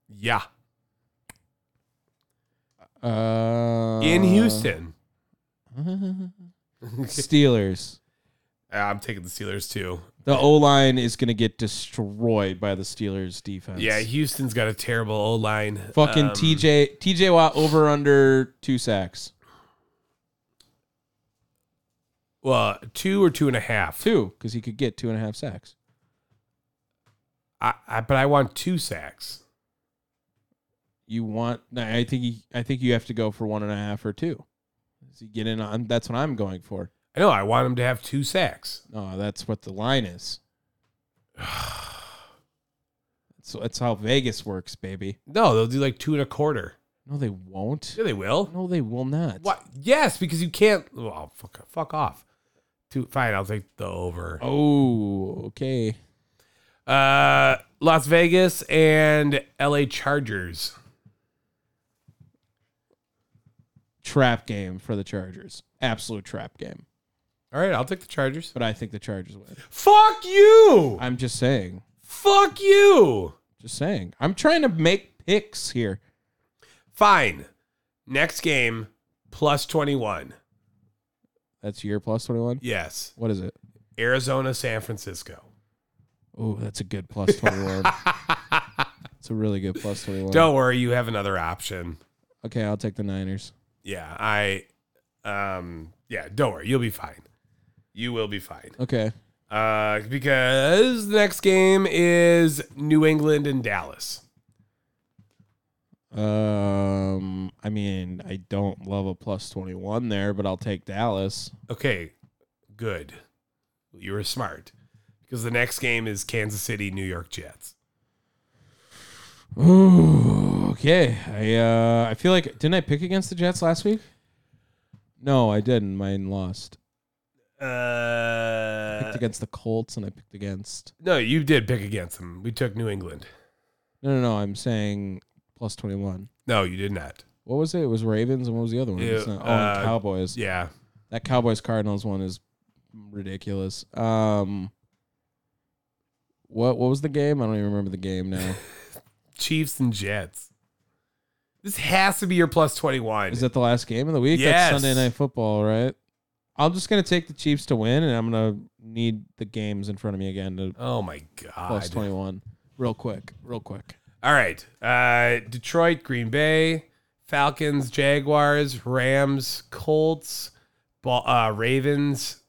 S4: Yeah,
S1: Uh,
S4: in Houston.
S1: Steelers.
S4: Ah, I'm taking the Steelers too.
S1: The O line is going to get destroyed by the Steelers defense.
S4: Yeah, Houston's got a terrible Um, O line.
S1: Fucking TJ TJ Watt over under two sacks.
S4: Well, two or two and a half.
S1: Two, because he could get two and a half sacks.
S4: I, I, but I want two sacks.
S1: You want? no, I think he, I think you have to go for one and a half or two. Is he getting on? That's what I'm going for.
S4: I know I want him to have two sacks.
S1: No, that's what the line is. So that's how Vegas works, baby.
S4: No, they'll do like two and a quarter.
S1: No, they won't.
S4: Yeah, they will.
S1: No, they will not.
S4: What? Yes, because you can't. Well, fuck, fuck off. Two, fine, I'll take the over.
S1: Oh, okay.
S4: Uh, Las Vegas and L.A. Chargers.
S1: Trap game for the Chargers. Absolute trap game.
S4: All right, I'll take the Chargers.
S1: But I think the Chargers win.
S4: Fuck you.
S1: I'm just saying.
S4: Fuck you.
S1: Just saying. I'm trying to make picks here.
S4: Fine. Next game, plus twenty one.
S1: That's your plus 21.
S4: Yes.
S1: What is it?
S4: Arizona, San Francisco.
S1: Oh, that's a good plus 21. It's a really good plus 21.
S4: Don't worry, you have another option.
S1: Okay, I'll take the Niners.
S4: Yeah, I um yeah, don't worry, you'll be fine. You will be fine.
S1: Okay.
S4: Uh because the next game is New England and Dallas.
S1: Um, I mean, I don't love a plus 21 there, but I'll take Dallas.
S4: Okay. Good. You were smart. Because the next game is Kansas City, New York Jets.
S1: Ooh, okay. I uh, I feel like didn't I pick against the Jets last week? No, I didn't. Mine lost. picked
S4: Uh,
S1: against the Colts and I picked against.
S4: no, you did pick against them. We took New England.
S1: No, no, no. I'm saying plus 21.
S4: No, you did not.
S1: What was it? It was Ravens and what was the other one?
S4: Yeah,
S1: It's not- oh,
S4: uh,
S1: and Cowboys.
S4: Yeah,
S1: That Cowboys Cardinals one is ridiculous. Um, what what was the game? I don't even remember the game now.
S4: Chiefs and Jets. This has to be your plus twenty one.
S1: Is that the last game of the week?
S4: Yes.
S1: That's Sunday night football, right? I'm just gonna take the Chiefs to win, and I'm gonna need the games in front of me again to
S4: oh my
S1: plus
S4: god!
S1: 21, real quick, real quick.
S4: All right, uh, Detroit, Green Bay, Falcons, Jaguars, Rams, Colts, Ba- uh, Ravens,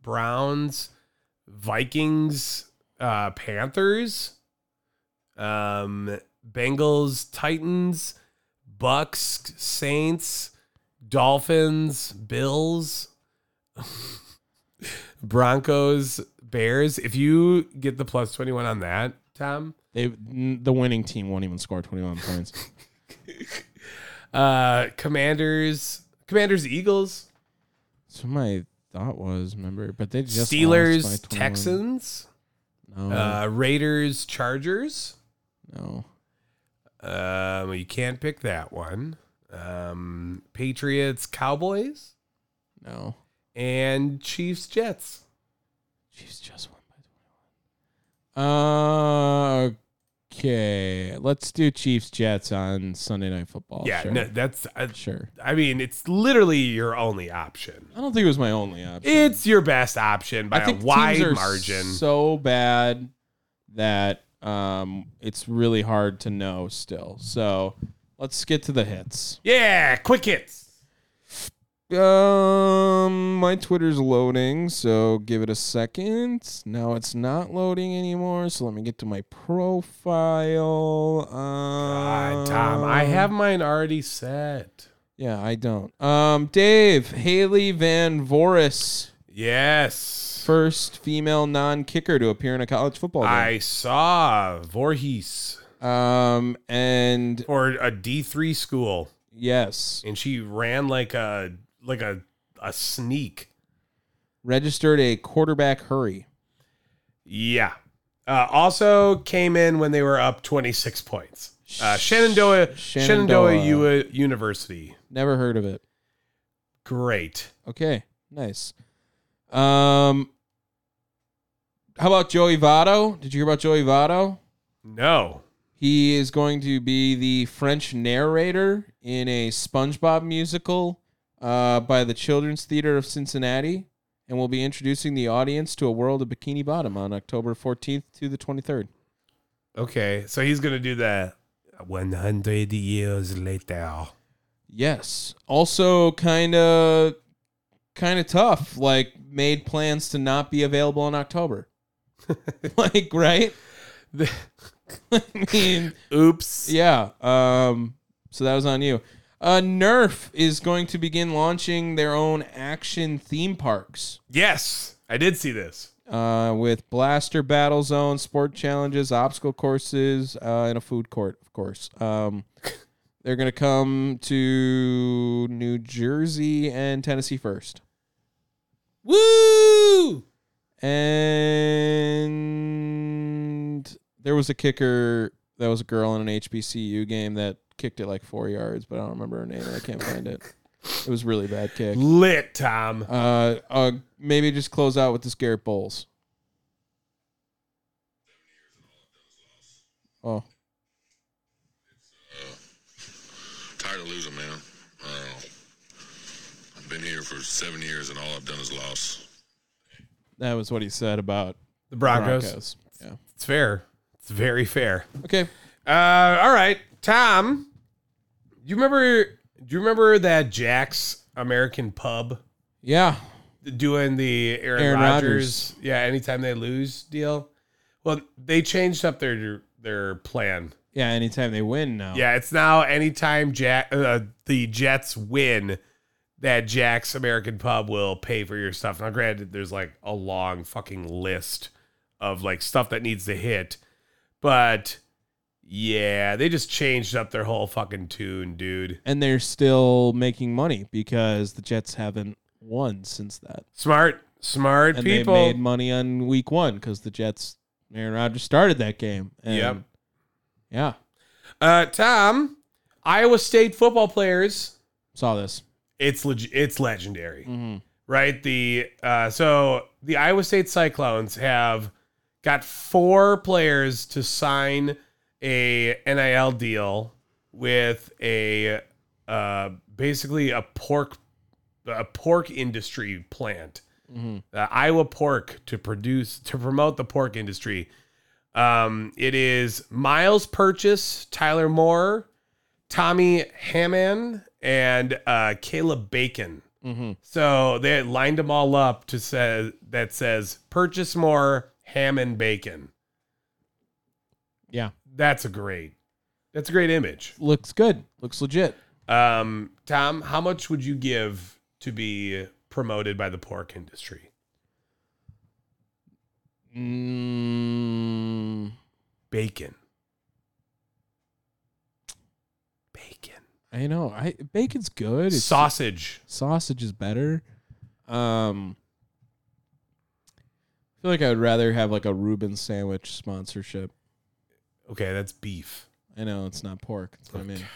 S4: Browns, Vikings, uh, Panthers, um, Bengals, Titans, Bucks, Saints, Dolphins, Bills, Broncos, Bears. If you get the plus 21 on that, Tom,
S1: They n- the winning team won't even score 21 points.
S4: uh, Commanders, Commanders, Eagles,
S1: So my thought was, remember, but they just lost
S4: Steelers,
S1: by Oh. 21.
S4: Texans,
S1: No,
S4: uh, Raiders, Chargers.
S1: no.
S4: Um, you can't pick that one. Um, Patriots, Cowboys,
S1: No.
S4: and Chiefs, Jets.
S1: Chiefs just won by 21. Uh, okay. Let's do Chiefs Jets on Sunday Night Football.
S4: yeah,
S1: Oh, sure.
S4: no, that's. I,
S1: sure.
S4: I mean, it's literally your only option.
S1: I don't think it was my only option.
S4: It's your best option by
S1: I think
S4: a
S1: teams
S4: wide
S1: are
S4: margin.
S1: So bad that um, it's really hard to know still. So let's get to the hits.
S4: yeah, quick hits.
S1: Um, my Twitter's loading, so give it a second. Now it's not loading anymore, so let me get to my profile. Um,
S4: God, Tom, I have mine already set.
S1: Yeah, I don't. Um, Dave Haley Van Voris,
S4: Yes.
S1: first female non-kicker to appear in a college football game.
S4: I saw Voorhees
S1: um, and
S4: or a D three school,
S1: yes,
S4: and she ran like a like a a sneak.
S1: registered a quarterback hurry.
S4: Yeah. Uh, also came in when they were up twenty six points. Uh, Shenandoah, Shenandoah
S1: Shenandoah.
S4: U- uh, University.
S1: Never heard of it.
S4: Great.
S1: Okay, nice. Um, how about Joey Votto? Did you hear about Joey Votto?
S4: No.
S1: He is going to be the French narrator in a SpongeBob musical uh, by the Children's Theater of Cincinnati, and will be introducing the audience to a world of Bikini Bottom on October 14th to the 23rd.
S4: Okay. So he's gonna do the one hundred years later.
S1: Yes. Also, kind of, kind of tough. Like, made plans to not be available in October. like, right? I mean,
S4: Oops.
S1: yeah. Um, so that was on you. Uh, Nerf is going to begin launching their own action theme parks
S4: Yes, I did see this.
S1: uh, with blaster battle zones, sport challenges, obstacle courses, uh, and a food court, of course. Um, they're going to come to New Jersey and Tennessee first.
S4: Woo!
S1: And there was a kicker that was a girl in an HBCU game that kicked it like four yards, but I don't remember her name and I can't find it. It was a really bad kick.
S4: Lit, Tom.
S1: Uh, uh, maybe just close out with this Garrett Bowles. Oh,
S5: Tired of losing, man. Uh, I've been here for seven years, and all I've done is lost.
S1: that was what he said about
S4: The Broncos.
S1: Broncos. Yeah.
S4: It's fair. It's very fair.
S1: Okay.
S4: Uh, all right, Tom. Do you remember? Do you remember that Jack's American Pub
S1: Yeah.
S4: doing the Aaron,
S1: Aaron
S4: Rodgers? Yeah, anytime they lose deal. Well, they changed up their their plan.
S1: Yeah. Anytime they win now.
S4: Oh. Yeah, it's now anytime Jack uh, the Jets win, that Jack's American Pub will pay for your stuff. Now, granted, there's like a long fucking list of like stuff that needs to hit, but yeah, they just changed up their whole fucking tune, dude.
S1: And they're still making money because the Jets haven't won since that.
S4: Smart, Smart
S1: and
S4: people.
S1: they made money on week one because the Jets, Aaron Rodgers started that game. And
S4: Yep.
S1: Yeah.
S4: uh, Tom, Iowa State football players.
S1: Saw this.
S4: It's leg- It's legendary.
S1: Mm-hmm.
S4: right? The uh, so the Iowa State Cyclones have got four players to sign a NIL deal with a uh, basically a pork a pork industry plant,
S1: Mm-hmm.
S4: uh, Iowa Pork, to produce to promote the pork industry. Um, it is Miles Purchase, Tyler Moore, Tommy Hammond, and uh, Caleb Bacon.
S1: Mm-hmm.
S4: So they lined them all up to say that says purchase more ham and bacon.
S1: Yeah.
S4: That's a great. That's a great image.
S1: Looks good. Looks legit.
S4: Um, Tom, how much would you give to be promoted by the pork industry?
S1: Mm,
S4: Bacon. Bacon.
S1: I know. I bacon's good. It's-
S4: Sausage.
S1: sausage is better. Um, I feel like I would rather have like a Reuben sandwich sponsorship.
S4: Okay, that's beef.
S1: I know it's not pork. It's what I mean.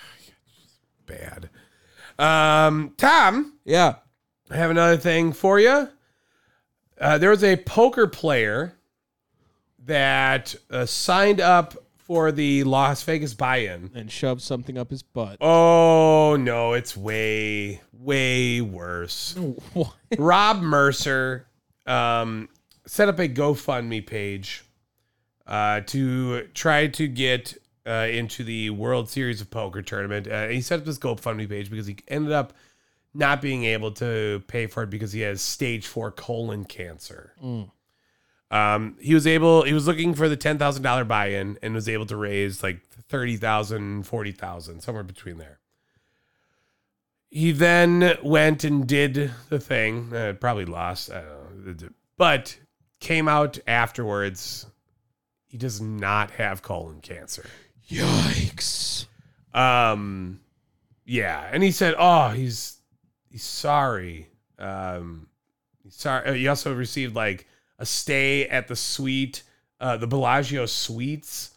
S4: Bad. Um, Tom,
S1: Yeah.
S4: I have another thing for you. Uh, there was a poker player that uh, signed up for the Las Vegas buy-in.
S1: And shove something up his butt.
S4: Oh no, it's way way worse.
S1: What?
S4: Rob Mercer um, set up a GoFundMe page uh, to try to get uh, into the World Series of Poker tournament. Uh, he set up this GoFundMe page because he ended up not being able to pay for it because he has stage four colon cancer.
S1: Mm.
S4: Um, he was able, he was looking for the $10,000 buy-in and was able to raise like 30,000, 40,000, somewhere between there. He then went and did the thing, uh, probably lost, I don't know, but came out afterwards. He does not have colon cancer.
S1: Yikes.
S4: Um, yeah, and he said, "Oh, he's he's sorry. Um, he's sorry." uh, He also received like a stay at the suite, uh, the Bellagio Suites.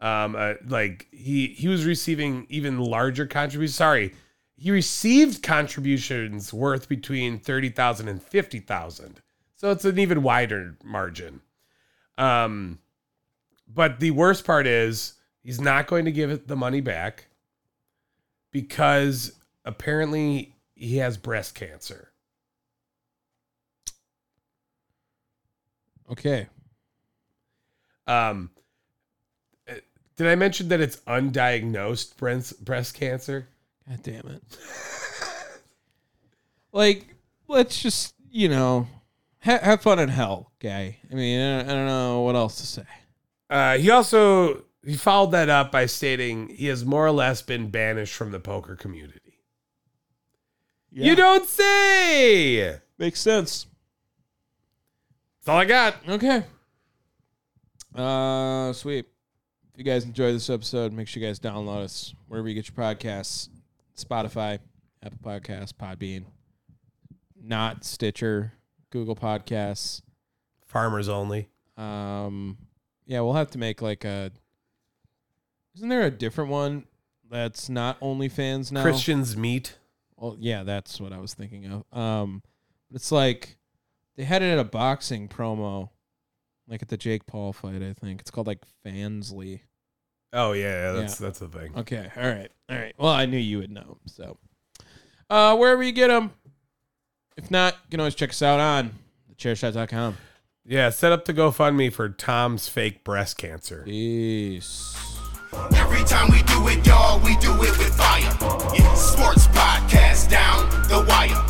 S4: Um, uh, like he he was receiving even larger contributions. Sorry, he received contributions worth between thirty thousand and fifty thousand. So it's an even wider margin. Um, but the worst part is he's not going to give it the money back because apparently he has breast cancer.
S1: Okay.
S4: Um, uh, did I mention that it's undiagnosed breast breast cancer?
S1: God damn it. like, let's just, you know, ha- have fun in hell, guy. I mean, I don't, I don't know what else to say.
S4: Uh, he also he followed that up by stating he has more or less been banished from the poker community. You don't say. That's
S1: Makes sense.
S4: all I got.
S1: Okay. Uh, sweet. If you guys enjoyed this episode, make sure you guys download us wherever you get your podcasts: Spotify, Apple Podcasts, Podbean, not Stitcher, Google Podcasts.
S4: Farmers only.
S1: Um, yeah, we'll have to make like a. Isn't there a different one that's not OnlyFans now?
S4: Christians meet.
S1: Well, yeah, that's what I was thinking of. Um, it's like they had it at a boxing promo, like at the Jake Paul fight. I think it's called like Fansly.
S4: Oh yeah, that's that's the thing.
S1: Okay, all right, all right. Well, I knew you would know. So, uh, wherever you get them, if not, you can always check us out on thechairshot.com.
S4: Yeah, set up the GoFundMe for Tom's fake breast cancer.
S1: Peace.
S2: Every time we do it, y'all, we do it with fire. Yeah. Sports podcast down the wire.